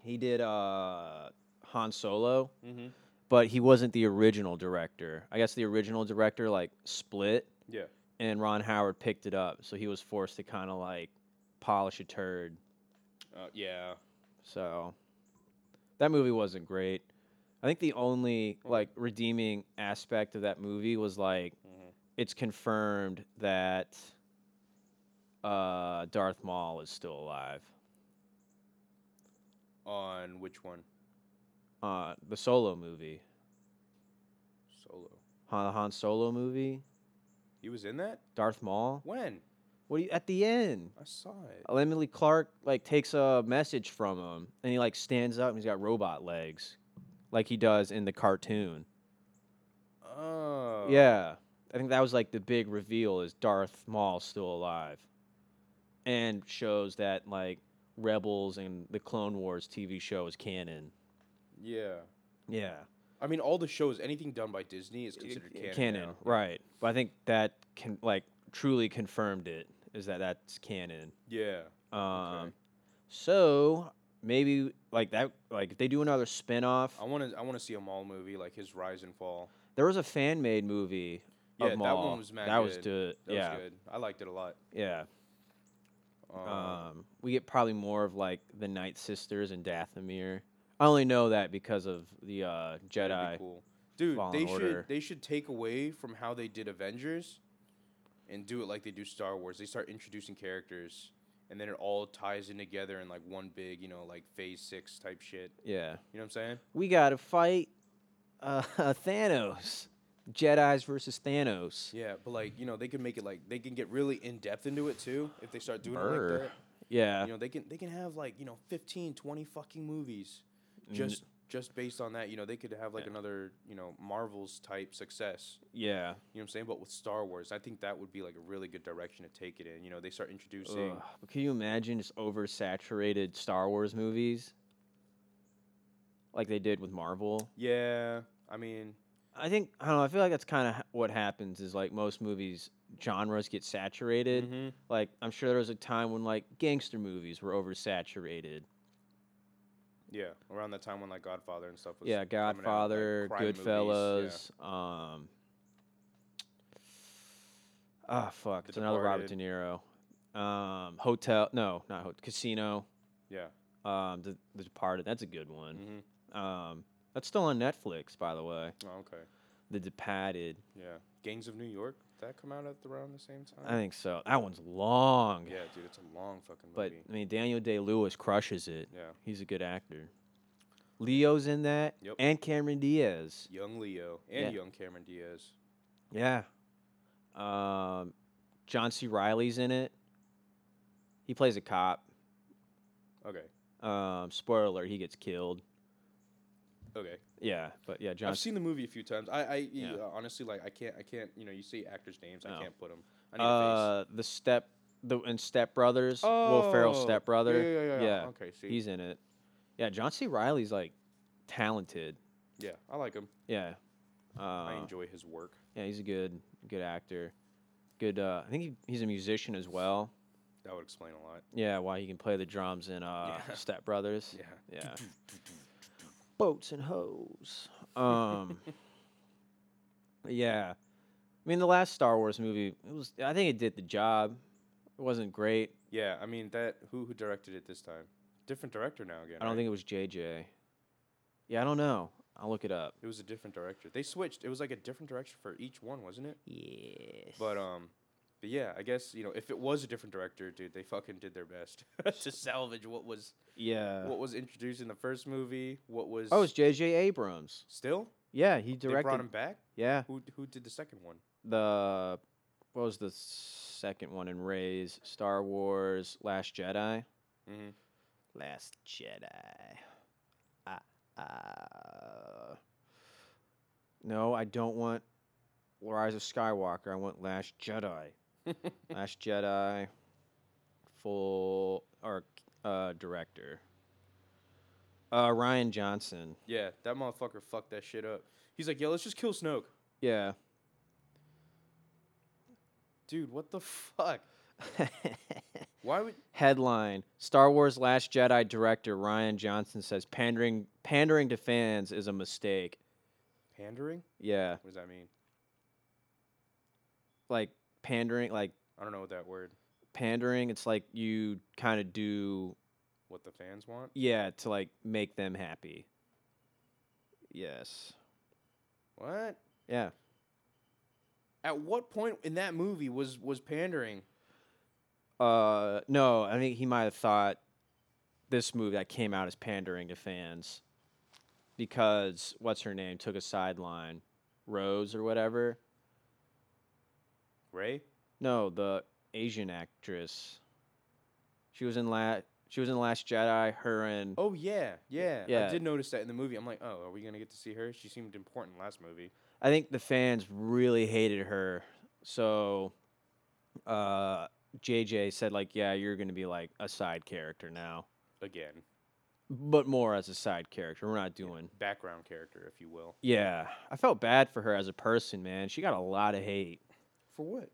He did uh, Han Solo,
Mm-hmm.
but he wasn't the original director. I guess the original director like split,
Yeah.
and Ron Howard picked it up, so he was forced to kind of like polish a turd.
Uh, yeah.
So that movie wasn't great. I think the only
Okay.
like redeeming aspect of that movie was like
Mhm.
it's confirmed that uh, Darth Maul is still alive.
On which one?
Uh, the Solo movie,
Solo.
Han, the Han Solo movie,
He was in that.
Darth Maul.
When?
What do you at the end?
I saw it.
Emily Clark like takes a message from him, and he like stands up, and he's got robot legs, like he does in the cartoon.
Oh.
Yeah, I think that was like the big reveal is Darth Maul still alive, and shows that like Rebels and the Clone Wars TV show is canon.
Yeah.
Yeah,
I mean, all the shows, anything done by Disney is
It-
considered
it-
canon. now.
right? But I think that can like truly confirmed it is that that's canon.
Yeah.
Um, so maybe like that, like if they do another spinoff,
I want to. I want to see a Maul movie, like his rise and fall.
there was a fan made movie.
Yeah,
of
that one
Maul.
was mad
That was
good.
good.
That
yeah,
was good. I liked it a lot.
yeah.
Um,
Um, we get probably more of like the Night Sisters and Dathomir. I only know that because of the uh,
that'd
Jedi.
be cool. Dude,
Fallen
they
Order.
should they should take away from how they did Avengers, and do it like they do Star Wars. They start introducing characters, and then it all ties in together in like one big, you know, like Phase Six type shit. You
Yeah,
know what I'm saying?
we gotta fight uh, Thanos. Jedi's versus Thanos.
Yeah, but like you know, they can make it like they can get really in depth into it too if they start doing it
Brr.
like that.
Yeah,
You know, they can they can have like you know 15, 20 fucking movies
Mm-hmm.
just just based on that. You know, they could have like another you know Marvels type success.
yeah.
You know what I'm saying? But with Star Wars, I think that would be like a really good direction to take it in. You know, they start introducing.
Ugh, but can you imagine just oversaturated Star Wars movies like they did with Marvel?
Yeah, I mean,
I think I don't know. I feel like that's kind of what happens is like most movies genres get saturated.
mhm.
Like I'm sure there was a time when like gangster movies were oversaturated.
yeah, around that time when like Godfather and stuff was.
yeah,
coming out, like,
Godfather,
crime movies,
Goodfellas. Um, ah, fuck,
The
it's another Robert De Niro. Um, Hotel, no, not Hotel, Casino.
Yeah.
Um, the, the Departed. That's a good
Yeah.
one.
hmm
Um, that's still on Netflix, by the way.
Oh, okay.
The Departed.
Yeah. Gangs of New York. Did that come out at around the same
I
time?
think so. That one's long,
yeah, dude, it's a long fucking
but
movie.
I mean Daniel Day Lewis crushes it.
yeah.
He's a good actor. Leo's in that,
Yep.
and Cameron Diaz.
Young Leo and
Yeah.
young Cameron Diaz.
Yeah. Um, John C. Riley's in it. He plays a cop.
Okay.
Um, spoiler: alert, he gets killed.
Okay.
Yeah, but yeah, John.
I've seen the movie a few times. I, I you
Yeah.
know, honestly like I can't I can't you know you see actors names
No.
I can't put them. I need a face.
uh, the step, the and Step Brothers, Uh, Will Ferrell's
Oh,
Step Brother.
Yeah, yeah, yeah, yeah.
Yeah,
Okay, see.
he's in it. Yeah, John C. Riley's like talented.
yeah, I like him.
Yeah. Uh,
I enjoy his work.
Yeah, he's a good good actor. Good. Uh, I think he, he's a musician as well.
That would explain a lot.
Yeah, why he can play the drums in uh,
Yeah.
Step Brothers.
Yeah.
Yeah. Boats and hoes. Um. yeah, I mean the last Star Wars movie. It was. I think it did the job. It wasn't great.
Yeah, I mean that who who directed it this time? Different director now again.
I don't
right?
think it was JJ. Yeah, I don't know. I'll look it up.
it was a different director. They switched. It was like a different direction for each one, wasn't it?
Yes.
But um but yeah, I guess, you know, if it was a different director, dude, they fucking did their best to salvage what was
yeah.
what was introduced in the first movie, what was
Uh. oh, it's JJ Abrams.
still
Yeah, he
they brought
directed.
him back?
Yeah.
Who who did the second one?
the what was the second one in Ray's Star Wars Last Jedi?
Mhm.
Last Jedi. Uh, uh, no, I don't want Rise of Skywalker. I want Last Jedi. Last Jedi. Full or uh, director. Uh, Ryan Johnson.
Yeah, that motherfucker fucked that shit up. He's like, "Yo, let's just kill Snoke."
Yeah.
Dude, what the fuck? Why would
Headline: Star Wars Last Jedi director Ryan Johnson says pandering pandering to fans is a mistake.
pandering?
Yeah,
What does that mean?
like pandering, like
I don't know what that word.
pandering. It's like you kind of do,
What the fans want?
yeah, to like make them happy. Yes.
What?
Yeah.
At what point in that movie was was pandering?
Uh, no, I think he might have thought this movie that came out as pandering to fans because what's her name took a sideline, Rose or whatever.
Ray?
No, the Asian actress. She was in la- she was in Last Jedi. Her and
Oh yeah, yeah.
Yeah.
I did notice that in the movie. I'm like, "Oh, are we going to get to see her? She seemed important last movie."
I think the fans really hated her. So, uh, JJ said like, "Yeah, you're gonna be like a side character now,
Again,
but more as a side character. We're not
you know,
doing."
background character, if you will.
Yeah, I felt bad for her as a person, man. She got a lot of hate.
For what?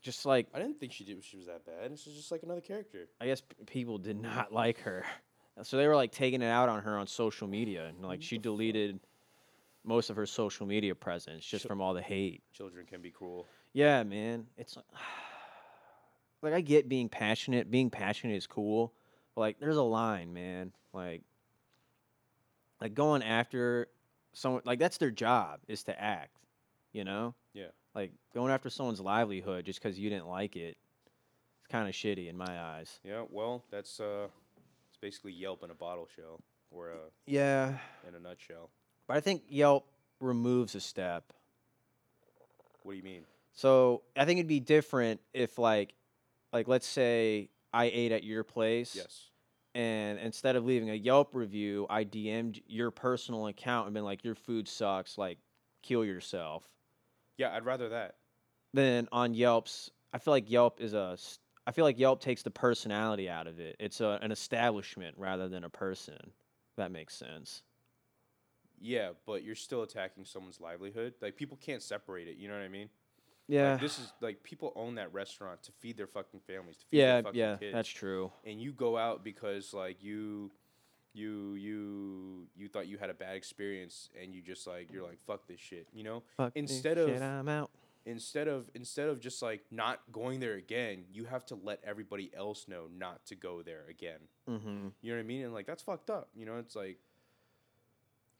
just like
I didn't think she did. She was that bad. She's just like another character.
I guess p- people did not like her, so they were like taking it out on her on social media, and like she deleted most of her social media presence just
Shut-
from all the hate.
Children can be cruel.
Yeah, man, it's like, like I get being passionate. Being passionate is cool, but like there's a line, man. Like, like going after someone, like that's their job is to act, you know.
Yeah.
Like going after someone's livelihood just because you didn't like it, it's kind of shitty in my eyes.
Yeah. Well, that's uh, it's basically Yelp in a bottle shell or uh,
Yeah,
in a nutshell.
But I think Yelp removes a step.
What do you mean?
So I think it'd be different if like like let's say I ate at your place
Yes.
and instead of leaving a Yelp review, I DM'd your personal account and been like your food sucks, like kill yourself.
Yeah, I'd rather that.
Then on Yelp's, I feel like Yelp is a s- I feel like Yelp takes the personality out of it. It's a, an establishment rather than a person. If that makes sense.
Yeah, but you're still attacking someone's livelihood. Like people can't separate it. You know what I mean?
Yeah.
Like, this is like people own that restaurant to feed their fucking families, to feed
yeah,
their fucking
yeah,
kids.
that's true.
and you go out because like you you you you thought you had a bad experience and you just like you're like fuck this shit you know
Fuck this
Instead of-
shit, I'm out.
instead of instead of just like not going there again you have to let everybody else know not to go there again
Mm-hmm.
you know what i mean and like that's fucked up you know it's like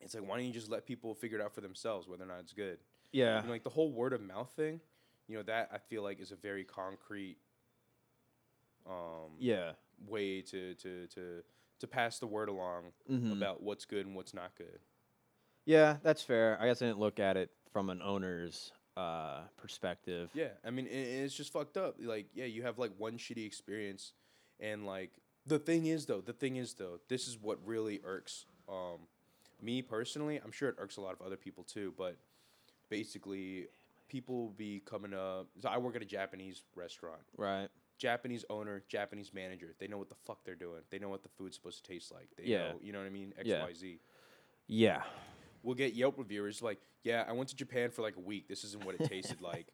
it's like why don't you just let people figure it out for themselves whether or not it's good
Yeah.
And, like the whole word of mouth thing you know that i feel like is a very concrete um
Yeah.
way to to to to pass the word along
Mhm.
about what's good and what's not good.
Yeah, that's fair. I guess I didn't look at it from an owner's uh, perspective.
Yeah, I mean, and, and it's just fucked up. Like, yeah, you have like one shitty experience, and like the thing is though, the thing is though, this is what really irks um, me personally. I'm sure it irks a lot of other people too, but basically, people be coming up. So I work at a Japanese restaurant.
Right.
Japanese owner, Japanese manager. They know what the fuck they're doing. They know what the food's supposed to taste like. They
Yeah.
know, you know what I mean? X Y Z.
Yeah. Yeah.
we'll get Yelp reviewers like, yeah, I went to Japan for like a week. This isn't what it tasted like.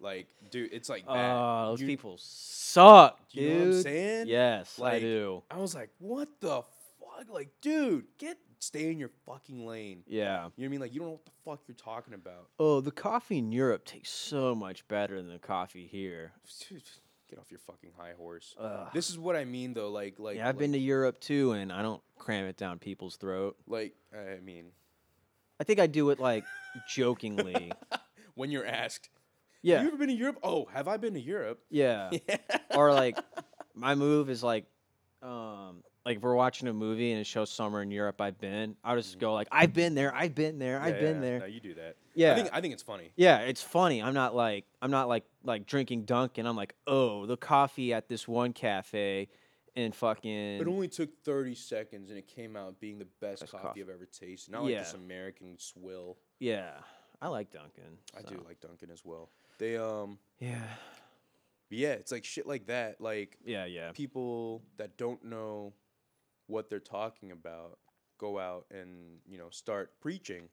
Like, dude, it's like
Oh,
that.
those
You-
people suck,
do you know what I'm
dude.
saying?
Yes, I
Like,
do.
I was like, what the fuck? Like, dude, get stay in your fucking lane. You
Yeah.
know what I mean? Like, you don't know what the fuck you're talking about.
Oh, the coffee in Europe tastes so much better than the coffee here.
Dude, Get off your fucking high horse.
Ugh.
This is what I mean though. Like, like,
yeah, I've
like,
been to Europe too, and I don't cram it down people's throat.
like, I mean,
I think I do it like jokingly.
when you're asked, have
Yeah.
you ever been to Europe? Oh, have I been to Europe?
Yeah.
Yeah.
or like my move is like um like if we're watching a movie and it shows somewhere in Europe I've been, I'll just go like I've been there, I've been there, I've
Mm-hmm. Yeah,
been
yeah,
there.
No, you do that.
Yeah.
I think I think it's funny.
yeah, it's funny. I'm not like I'm not like like drinking dunk and I'm like, "Oh, the coffee at this one cafe and
It
fucking
only took 30 seconds and it came out being the best,
Best
coffee,
coffee.
I've ever tasted. Not like this
Yeah.
American swill.
yeah." I like Dunkin'.
I
so,
do like Dunkin' as well. They um
Yeah.
yeah, it's like shit like that. Like
Yeah, yeah.
people that don't know what they're talking about go out and, you know, start preaching.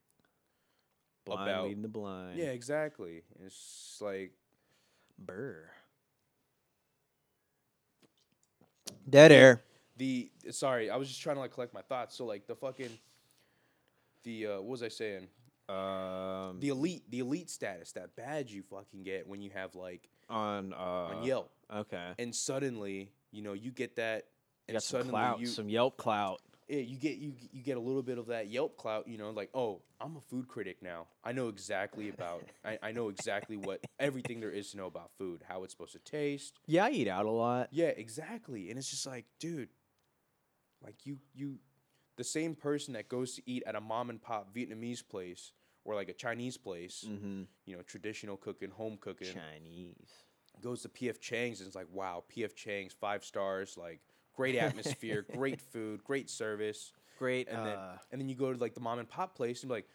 Blind
About-
leading the blind.
Yeah, exactly. And it's like
Brr. Dead air.
the sorry, I was just trying to like collect my thoughts. So like the fucking the uh what was I saying?
Um
The elite, the elite status, that badge you fucking get when you have like
on uh
on Yelp.
Okay.
and suddenly you know you get that
You
and
got some
suddenly
clout,
you
some Yelp clout.
yeah, eh, you get you you get a little bit of that Yelp clout, you know, like oh I'm a food critic now. I know exactly about I, I know exactly what everything there is to know about food, how it's supposed to taste.
Yeah, I eat out a lot.
Yeah, exactly. And it's just like, dude, like you you the same person that goes to eat at a mom and pop Vietnamese place or like a Chinese place,
Mm-hmm.
you know, traditional cooking, home cooking,
Chinese.
goes to PF Chang's and it's like, wow, PF Chang's five stars, like great atmosphere, great food, great service.
Great.
And then and then you go to like the mom and pop place and be like,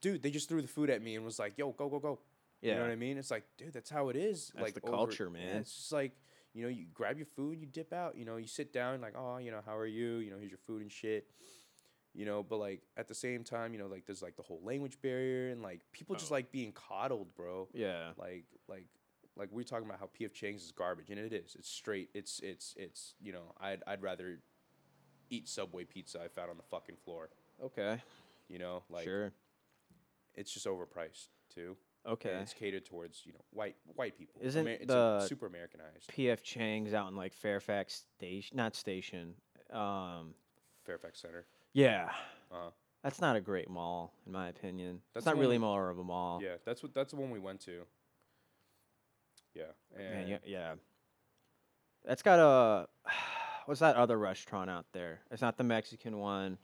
dude, they just threw the food at me and was like, yo, go, go, go.
yeah.
You know what I mean? It's like, dude, that's how it is.
That's
like
the
over-
culture,
yeah,
man.
it's just like, you know, you grab your food, you dip out, you know, you sit down, like, oh, you know, how are you? You know, here's your food and shit. You know, but like at the same time, you know, like there's like the whole language barrier and like people just
Oh.
like being coddled, bro
yeah.
like like Like we're talking about how P.F. Chang's is garbage, and it is. It's straight. It's it's it's you know I'd I'd rather eat Subway pizza I found on the fucking floor.
Okay.
You know, like
sure.
it's just overpriced too.
Okay.
And it's catered towards you know white white people.
Isn't
Amer- it's a-
the-
super Americanized
P.F. Chang's out in like Fairfax Station, not station. Um,
Fairfax Center?
yeah.
Uh-huh.
That's not a great mall, in my opinion.
That's
it's not
the
really
one-
more of a mall.
Yeah, that's what that's the one we went to. Yeah,
Man,
and
yeah, yeah. That's got a. What's that other restaurant out there? It's not the Mexican one.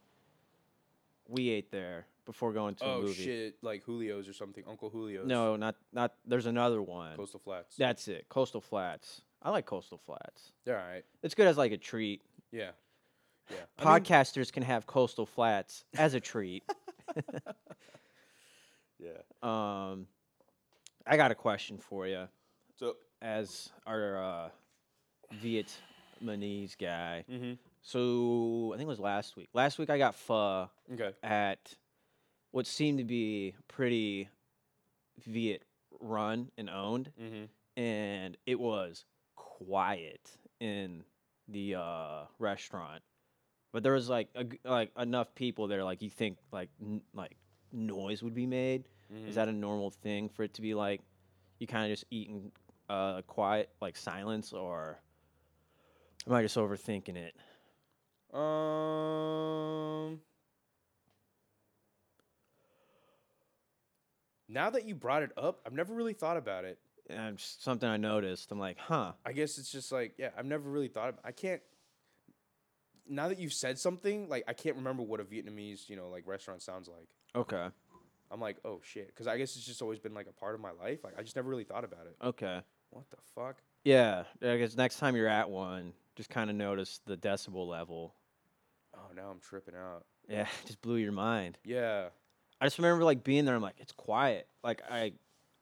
We ate there before going to a
oh
movie.
shit, like Julio's or something, Uncle Julio's.
No, not not. There's another one.
Coastal Flats.
That's it. Coastal Flats. I like Coastal Flats.
they're all right.
It's good as like a treat.
Yeah, yeah. I mean,
Podcasters can have Coastal Flats as a treat.
yeah.
um, I got a question for you
So.
as our uh, Vietnamese guy.
Mm-hmm.
So I think it was last week. Last week I got pho
Okay.
at what seemed to be pretty Viet run and owned,
Mm-hmm.
and it was quiet in the uh, restaurant. But there was like a g like enough people there, like you think like n- like noise would be made.
Mm-hmm.
Is that a normal thing for it to be like you kind of just eat in uh, quiet, like silence, or am I just overthinking it?
Um. Now that you brought it up, I've never really thought about it.
And just something I noticed. I'm like, huh.
I guess it's just like, yeah, I've never really thought of I can't now that you've said something, like I can't remember what a Vietnamese, you know, like restaurant sounds like.
Okay.
I'm like, oh shit, because I guess it's just always been like a part of my life. Like I just never really thought about it.
Okay.
What the fuck?
Yeah. I guess next time you're at one, just kind of notice the decibel level.
Oh, now I'm tripping out.
Yeah. Just blew your mind.
Yeah.
I just remember like being there. I'm like, it's quiet. Like I,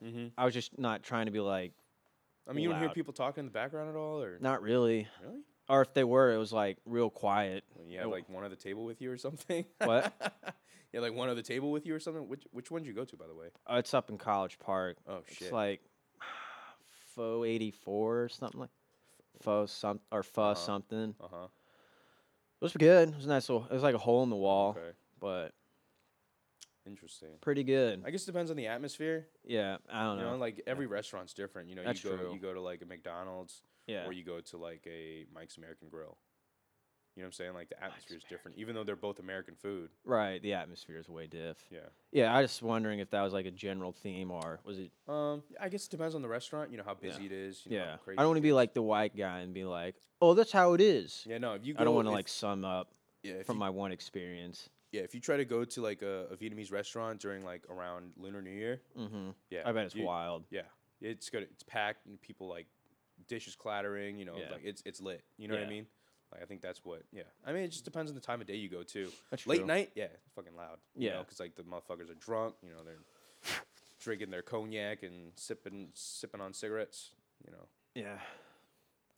Mm-hmm.
I was just not trying to be like,
I mean, you don't hear
Loud.
people talking in the background at all, or
not really.
really?
Or if they were, it was like real quiet.
When you have
Oh.
like one at the table with you or something.
What?
yeah, like one at the table with you or something. Which which one did you go to, by the way?
Uh, it's up in College Park.
Oh shit.
It's like faux eighty four or something like faux some or faux
Uh-huh.
something.
uh huh.
It was good. It was a nice. Little, it was like a hole in the wall,
Okay.
but
Interesting.
pretty good.
I guess it depends on the atmosphere.
yeah, I don't
You
know.
know, like every restaurant's different. You know,
That's
you go
true.
you go to like a McDonald's
yeah,
or you go to like a Mike's American Grill. You know what I'm saying? Like the atmosphere is different, even though they're both American food.
right. The atmosphere is way diff.
Yeah.
Yeah, I was just wondering if that was like a general theme or was it?
Um, I guess it depends on the restaurant. You know how
Yeah.
busy it is. You know, how
yeah, I
crazy
don't want
it
to be
is.
like the white guy and be like, oh, that's how it is.
Yeah, no. If you go,
I don't want to
if-
like sum up
yeah, if
from
you-
my one experience.
yeah. If you try to go to like a, a Vietnamese restaurant during like around Lunar New Year,
hmm
yeah,
I bet it's
Mm-hmm. you-
wild.
Yeah, it's good. It's packed and people like dishes clattering. You know,
Yeah.
like it's it's lit. You know what
Yeah.
I mean? Like I think that's what. Yeah, I mean it just depends on the time of day you go to.
That's
Late
true.
night, yeah, it's fucking loud. you know,
Yeah.
'cause like the motherfuckers are drunk. You know, they're drinking their cognac and sipping sipping on cigarettes. You know,
Yeah,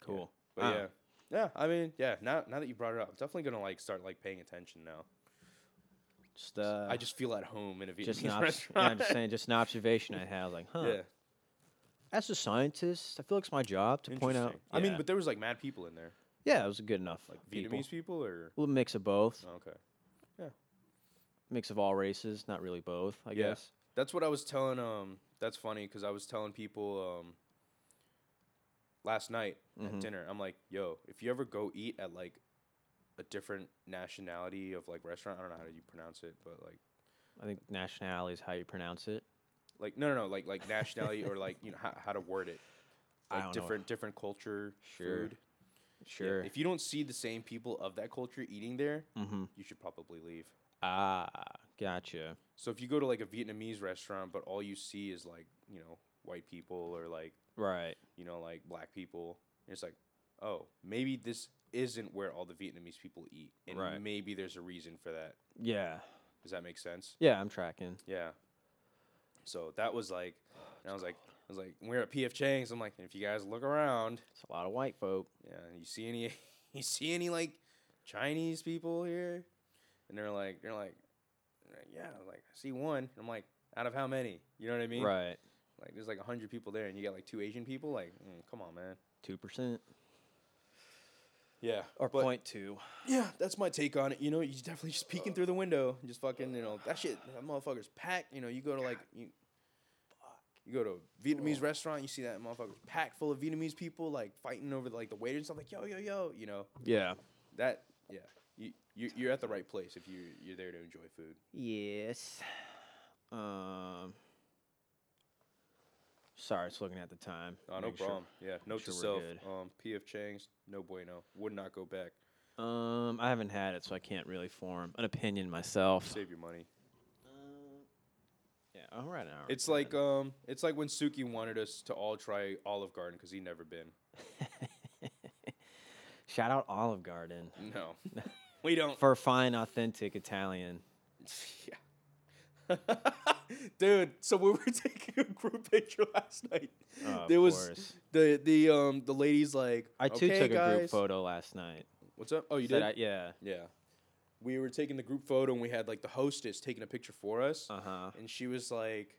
cool.
but
Ah.
yeah, yeah. I mean, yeah. Now now that you brought it up, I'm definitely gonna like start like paying attention now.
Just uh,
I just feel at home in a Vietnamese
just an obs- yeah, I'm
restaurant.
just saying, just an observation I had. I was like, huh.
yeah,
As a scientist, I feel like it's my job to point out.
interesting. I mean,
yeah.
but there was like mad people in there,
yeah, it was good enough.
like
people.
Vietnamese people, or
a little mix of both,
oh, okay.
mix of all races, not really both, I
Yeah.
guess.
That's what I was telling. Um, that's funny because I was telling people um, last night
Mhm.
at dinner. I'm like, yo, if you ever go eat at like a different nationality of like restaurant, I don't know how you pronounce it, but like,
I think nationality is how you pronounce it.
like no, no, no, like like nationality or like you know how, how to word it,
I
like
don't know.
different different culture,
Sure.
food. Yeah,
Sure.
If you don't see the same people of that culture eating there,
mm-hmm.
you should probably leave.
Ah, gotcha.
So if you go to like a Vietnamese restaurant, but all you see is like you know white people or like
Right.
you know, like black people. And it's like, oh, maybe this isn't where all the Vietnamese people eat, and
Right.
maybe there's a reason for that.
Yeah.
Does that make sense?
Yeah, I'm tracking.
Yeah. So that was like, and I was like, I was like, we're at PF Chang's. I'm like, if you guys look around,
It's a lot of white folk.
yeah, and you see any, you see any like Chinese people here, and they're like, they're like, yeah, like I see one. And I'm like, out of how many? You know what I mean?
Right.
Like there's like hundred people there, and you got like two Asian people. Like, mm, come on, man.
Two percent
Yeah.
or
but-
point two.
Yeah, that's my take on it. You know, you definitely just peeking through the window, and just fucking, you know, that shit. That motherfucker's packed. You know, you go to like you, you go to a Vietnamese restaurant, you see that motherfucker's packed full of Vietnamese people like fighting over like the waiter and stuff. Like yo, yo, yo. You know
Yeah.
that. Yeah, you, you you're at the right place if you you're there to enjoy food.
Yes. Um. Sorry, it's looking at the time.
Oh, no
Making sure-
problem. Yeah, note
sure
to
we're
self.
good.
Um, P.F. Chang's, no bueno. Would not go back.
Um, I haven't had it, so I can't really form an opinion myself. Um,
Save your money.
Yeah, all right. an hour
It's
and
like um, it's like when Suki wanted us to all try Olive Garden because he never been.
ten. shout out Olive Garden
No, we don't.
for fine, authentic Italian.
Yeah. Dude, so we were taking a group picture last night.
Of
there was
uh, course.
the the um the ladies like
I too
"Okay,
took a
guys."
group photo last night.
What's up? Oh, you
Said
did?
I- yeah.
yeah. We were taking the group photo and we had like the hostess taking a picture for us.
Uh huh.
and she was like,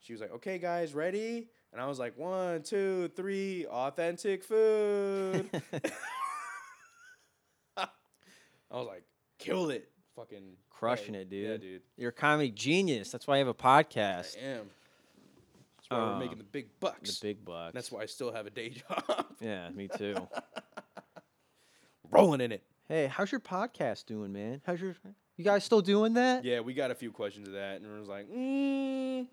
she was like, okay, guys, ready? And I was like, one, two, three, authentic food. I was like, killed it, fucking
Crushing
yeah,
it,
Yeah,
dude.
dude,
You're a comedy genius. That's why you have a
I
podcast.
am. That's why we're making
Um,
the big bucks.
The big bucks.
That's why I still have a day job.
yeah, me too.
Rolling in it.
hey, how's your podcast doing, man? How's your? You guys still doing that?
Yeah, we got a few questions of that, and it was like, mm,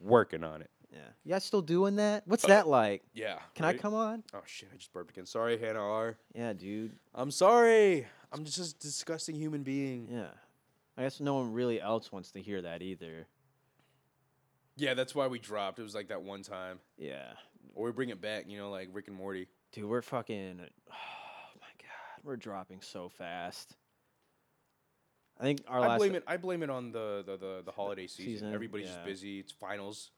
working on it.
Yeah. You guys still doing that? What's that like?
Yeah.
Can I
Uh, right?
come on?
Oh shit! I just burped again. Sorry, Hannah R.
Yeah, dude.
I'm sorry. I'm just a disgusting human being.
Yeah. I guess no one really else wants to hear that either.
Yeah, that's why we dropped. It was like that one time,
Yeah.
or we bring it back. You know, like Rick and Morty.
Dude, we're fucking. Oh my god, we're dropping so fast. I think our
I
last. e-
blame it. I blame it on the the the, the holiday season.
season,
Everybody's just
yeah.
busy. It's finals,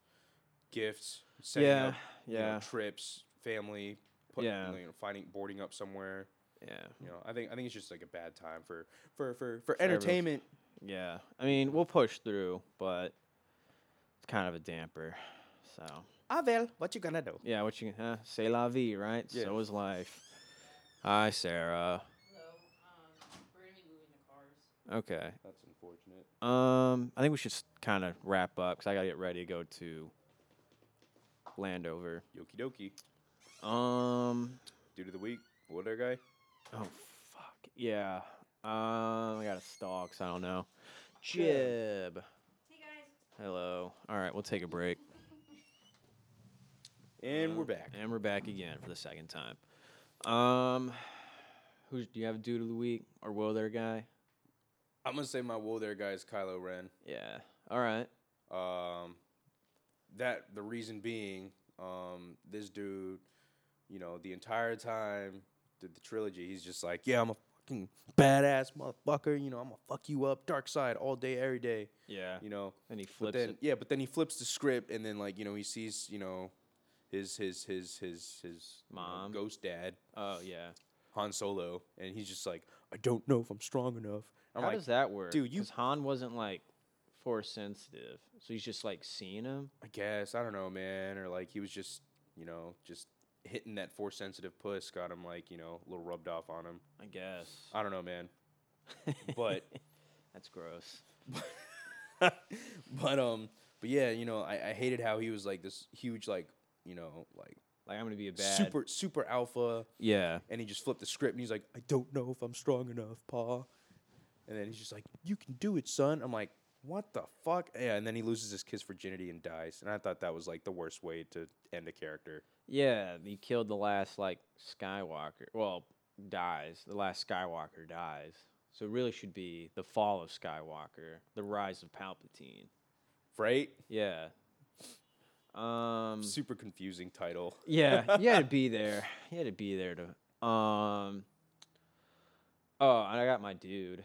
gifts, setting
Yeah,
up, you know,
yeah,
trips, family, put,
Yeah.
you know, finding boarding up somewhere.
yeah,
You know, I think I think it's just like a bad time for for for for
everyone.
entertainment.
yeah. I mean, we'll push through, but it's kind of a damper. So
Avel, what you gonna do?
yeah, what you huh? say la vie, right?
Yeah.
So is life. Hi, Sarah.
Hello. Um, we're gonna be moving the cars.
Okay.
That's unfortunate.
Um, I think we should kind of wrap up because I gotta get ready to go to Landover.
Yoki doki.
Um.
Dude of the week. What our guy?
Oh fuck. Yeah. Um, I got a stalk, so I don't know.
Jeb.
Jib.
Hey guys.
Hello. All right, we'll take a break.
And we're
Um,
back.
And we're back again for the second time. Um, who's do you have a dude of the week or will there guy?
I'm gonna say my whoa there guy is Kylo Ren.
Yeah. All right.
Um, that the reason being, um, this dude, you know, the entire time did the trilogy, he's just like, yeah, I'm a fucking badass motherfucker. You know, I'm gonna fuck you up, dark side all day, every day.
Yeah.
You know,
And he
but
flips
then
it.
yeah, but then he flips the script, and then like you know, he sees you know, his his his his his you know,
Mom.
ghost dad,
Oh yeah.
Han Solo, and he's just like, I don't know if I'm strong enough. I'm
How
like,
does that work?
dude, you-
'Cause Han wasn't like force sensitive, so he's just like seeing him.
I guess I don't know, man, or like he was just you know just hitting that force sensitive puss got him like you know a little rubbed off on him.
I guess.
I don't know, man, but
that's gross.
but um but yeah, you know I, I hated how he was like this huge like you know like
Like I'm gonna be a bad.
super super alpha,
Yeah.
and he just flipped the script and he's like I don't know if I'm strong enough, Pa, and then he's just like you can do it, son. I'm like. What the fuck? Yeah, and then he loses his kiss virginity and dies, and I thought that was like the worst way to end a character.
Yeah, he killed the last like Skywalker. Well, dies. The last Skywalker dies. So it really should be the fall of Skywalker, the rise of Palpatine.
Right?
Yeah. Um.
Super confusing title.
Yeah, you had to be there. You had to be there to. Um. Oh, and I got my dude.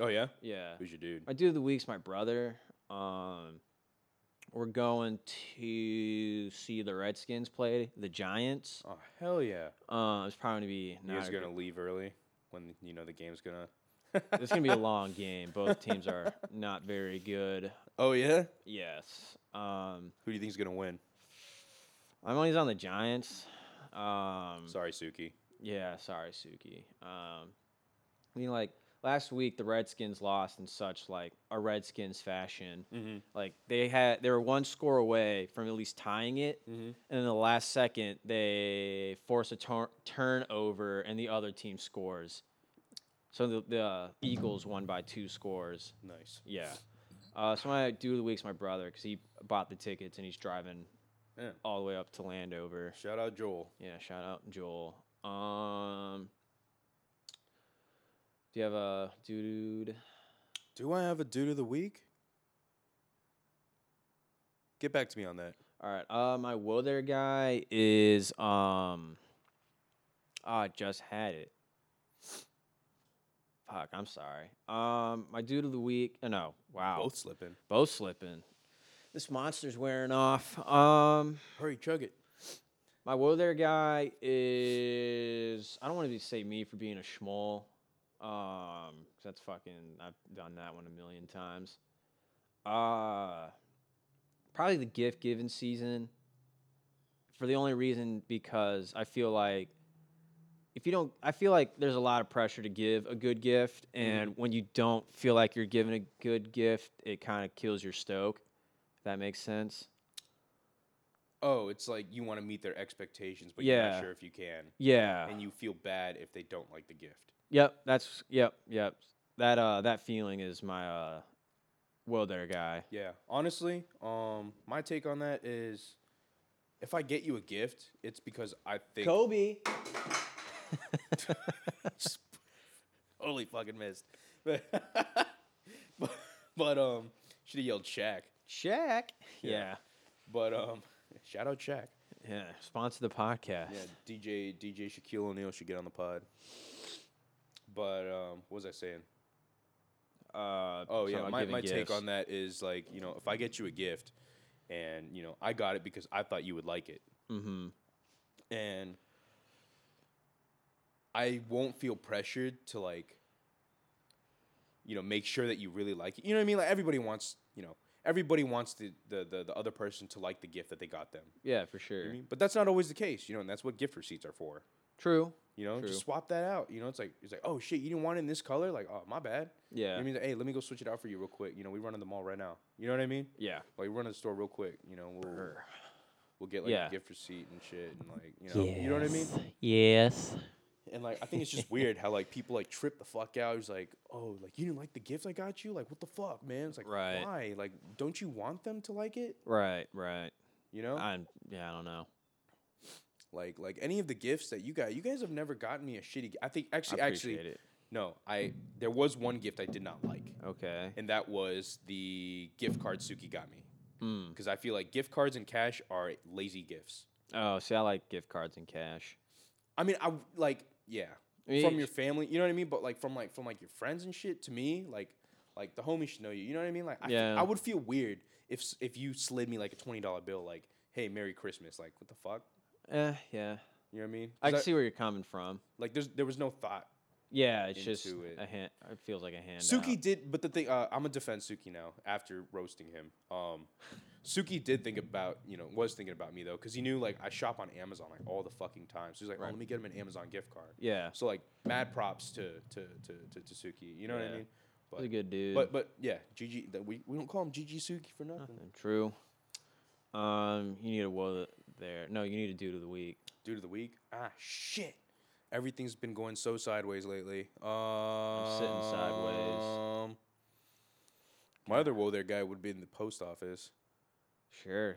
Oh yeah,
Yeah.
who's your dude?
My dude of the week's my brother. Um, we're going to see the Redskins play the Giants.
Oh hell yeah!
Uh, it's probably gonna be
You
not
guys
a good-
gonna leave early when you know the game's gonna.
It's gonna be a long game. Both teams are not very good.
Oh yeah,
Yes. Um,
Who do you think's gonna win?
my money's on the Giants. Um,
Sorry, Suki.
Yeah, sorry, Suki. Um, I mean, like last week, the Redskins lost in such like a Redskins fashion.
Mm-hmm.
Like they had, they were one score away from at least tying it,
Mm-hmm.
and in the last second, they force a tur- turnover, and the other team scores. So the, the uh, Eagles won by two scores.
Nice.
Yeah. Uh, so my dude of the week's my brother because he bought the tickets and he's driving
Yeah.
all the way up to Landover.
Shout out Joel.
Yeah, shout out Joel. Um, do you have a dude?
Do I have a dude of the week? Get back to me on that.
All right. Uh, my whoa there guy is um. Ah, just had it. Fuck, I'm sorry. Um, my dude of the week. Oh, no, wow,
Both slipping.
both slipping. This monster's wearing off. Um,
Hurry, chug it.
My woe there guy is I don't want to say me for being a schmoll, um, 'cause that's fucking I've done that one a million times. Uh probably the gift given season. For the only reason because I feel like if you don't, I feel like there's a lot of pressure to give a good gift, and when you don't feel like you're giving a good gift, it kind of kills your stoke. If that makes sense.
Oh, it's like you want to meet their expectations, but you're
Yeah.
not sure if you can,
Yeah.
and you feel bad if they don't like the gift.
Yep, that's yep, yep. That uh that feeling is my uh well there guy.
Yeah. Honestly, um, my take on that is, if I get you a gift, it's because I think.
Kobe.
Holy fucking missed. But, but, but um, should have yelled Shaq.
Shaq. Yeah.
Yeah. But um, shout out Shaq.
yeah. Sponsor the podcast.
Yeah, DJ DJ Shaquille O'Neal should get on the pod. But um, what was I saying?
Uh
Oh
talking
yeah,
about
my,
giving
my take
gifts.
on that is like you know if I get you a gift, and you know I got it because I thought you would like it,
Mhm.
and I won't feel pressured to like, you know, make sure that you really like it. You know what I mean? Like everybody wants, you know, everybody wants the the the, the other person to like the gift that they got them.
Yeah, for
You know
sure.
what I mean? But that's not always the case, you know, and that's what gift receipts are for.
True.
You know,
True.
just swap that out. You know, it's like it's like, oh shit, you didn't want it in this color. Like, oh my bad.
Yeah.
I mean, hey, let me go switch it out for you real quick. You know, we run to the mall right now. You know what I mean?
yeah.
Like, we run to the store real quick. You know, we'll
Brr.
we'll get like
Yeah.
a gift receipt and shit, and like you know, you know what I mean?
Yes.
And like, I think it's just weird how like people like trip the fuck out. It's like, oh, like you didn't like the gift I got you. Like, what the fuck, man? It's like,
Right.
why? Like, don't you want them to like it?
Right, right.
You know,
I yeah, I don't know.
like like any of the gifts that you got, you guys have never gotten me a shitty. g- I think actually,
I
actually,
appreciate it.
no, I there was one gift I did not like.
Okay.
and that was the gift card Suki got me.
Mm.
Because I feel like gift cards and cash are lazy gifts.
Oh, see I like gift cards and cash.
I mean, I w- like yeah,
I mean,
from your family, you know what I mean. But like from like from like your friends and shit. To me, like like the homies should know you. You know what I mean? Like I, fe-
Yeah.
I would feel weird if s- if you slid me like a twenty dollar bill, like hey, Merry Christmas. Like what the fuck?
eh, yeah.
You know what I mean? 'Cause
I can see where you're coming from.
Like there's there was no thought.
Yeah, it's just
Into it.
a hand it feels like a hand.
Suki did, but the thing uh, I'm gonna defend Suki now after roasting him. Um, Suki did think about you know was thinking about me though because he knew like I shop on Amazon like all the fucking time. So he's like, oh,
Right.
let me get him an Amazon gift card.
Yeah.
So like, mad props to to to to, to Suki. You know what
Yeah.
I mean? But
He's a good dude.
but but yeah, Gigi. That we we don't call him Gigi Suki for nothing.
Nothing. True. Um, you need a woe there. No, you need a dude of the week.
Dude of the week. Ah shit. Everything's been going so sideways lately. Um,
sitting sideways.
My other woe there guy would be in the post office.
Sure.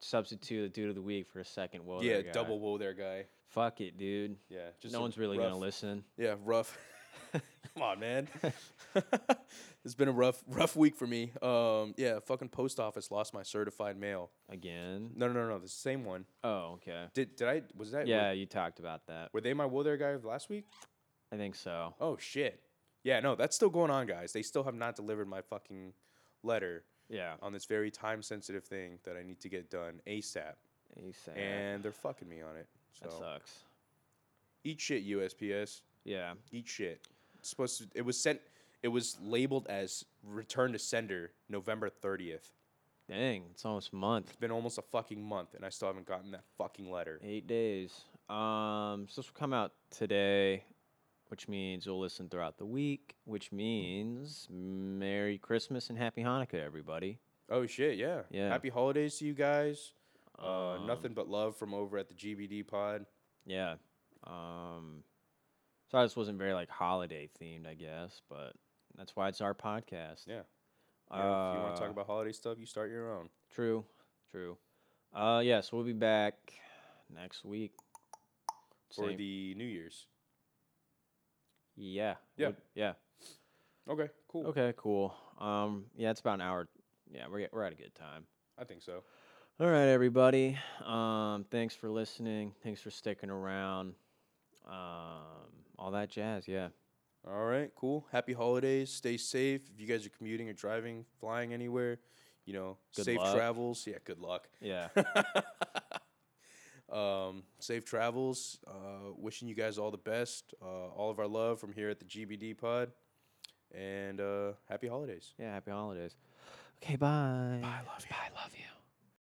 Substitute a dude of the week for a second woe.
yeah,
there guy.
double woe there guy.
Fuck it, dude.
Yeah,
no
a
one's really
rough-
gonna listen.
Yeah, rough. Come on, man. it's been a rough, rough week for me. Um, yeah, fucking post office lost my certified mail.
Again.
No, no, no, no, the same one.
Oh, okay.
Did did I was that? were-
Yeah, you talked about that.
Were, they my will there guy of last week?
I think so.
Oh shit. Yeah, no, that's still going on, guys. They still have not delivered my fucking letter
Yeah.
on this very time sensitive thing that I need to get done ASAP,
He said
and they're fucking me on it.
that
So
sucks.
eat shit, USPS.
Yeah.
eat shit. It's supposed to, it was sent. It was labeled as return to sender November thirtieth.
Dang, it's almost a month.
It's been almost a fucking month, and I still haven't gotten that fucking letter.
Eight days. Um, so this will come out today, which means you'll listen throughout the week, which means Merry Christmas and Happy Hanukkah, everybody.
Oh shit, yeah.
Yeah.
Happy holidays to you guys. Uh,
Um,
nothing but love from over at the GBD pod.
Yeah. Um, so this wasn't very like holiday themed, I guess, but that's why it's our podcast.
Yeah.
Uh,
You know, if you want to talk about holiday stuff, you start your own.
True. True. Uh, yeah. So we'll be back next week.
For
Same-
the New Year's.
yeah.
Yeah.
would- yeah.
Okay, cool.
Okay, cool. Um, yeah, it's about an hour. Yeah, we're we're at a good time.
I think so.
All right, everybody. Um, thanks for listening. Thanks for sticking around. Um, all that jazz. Yeah.
All right, cool. Happy holidays. Stay safe. If you guys are commuting or driving, flying anywhere, you know,
Good
safe
luck.
travels. Yeah, good luck.
Yeah.
um, safe travels. Uh, wishing you guys all the best. Uh, all of our love from here at the GBD pod. And uh, happy holidays.
yeah. Happy holidays. Okay. Bye.
Bye, love you.
Bye. Love you.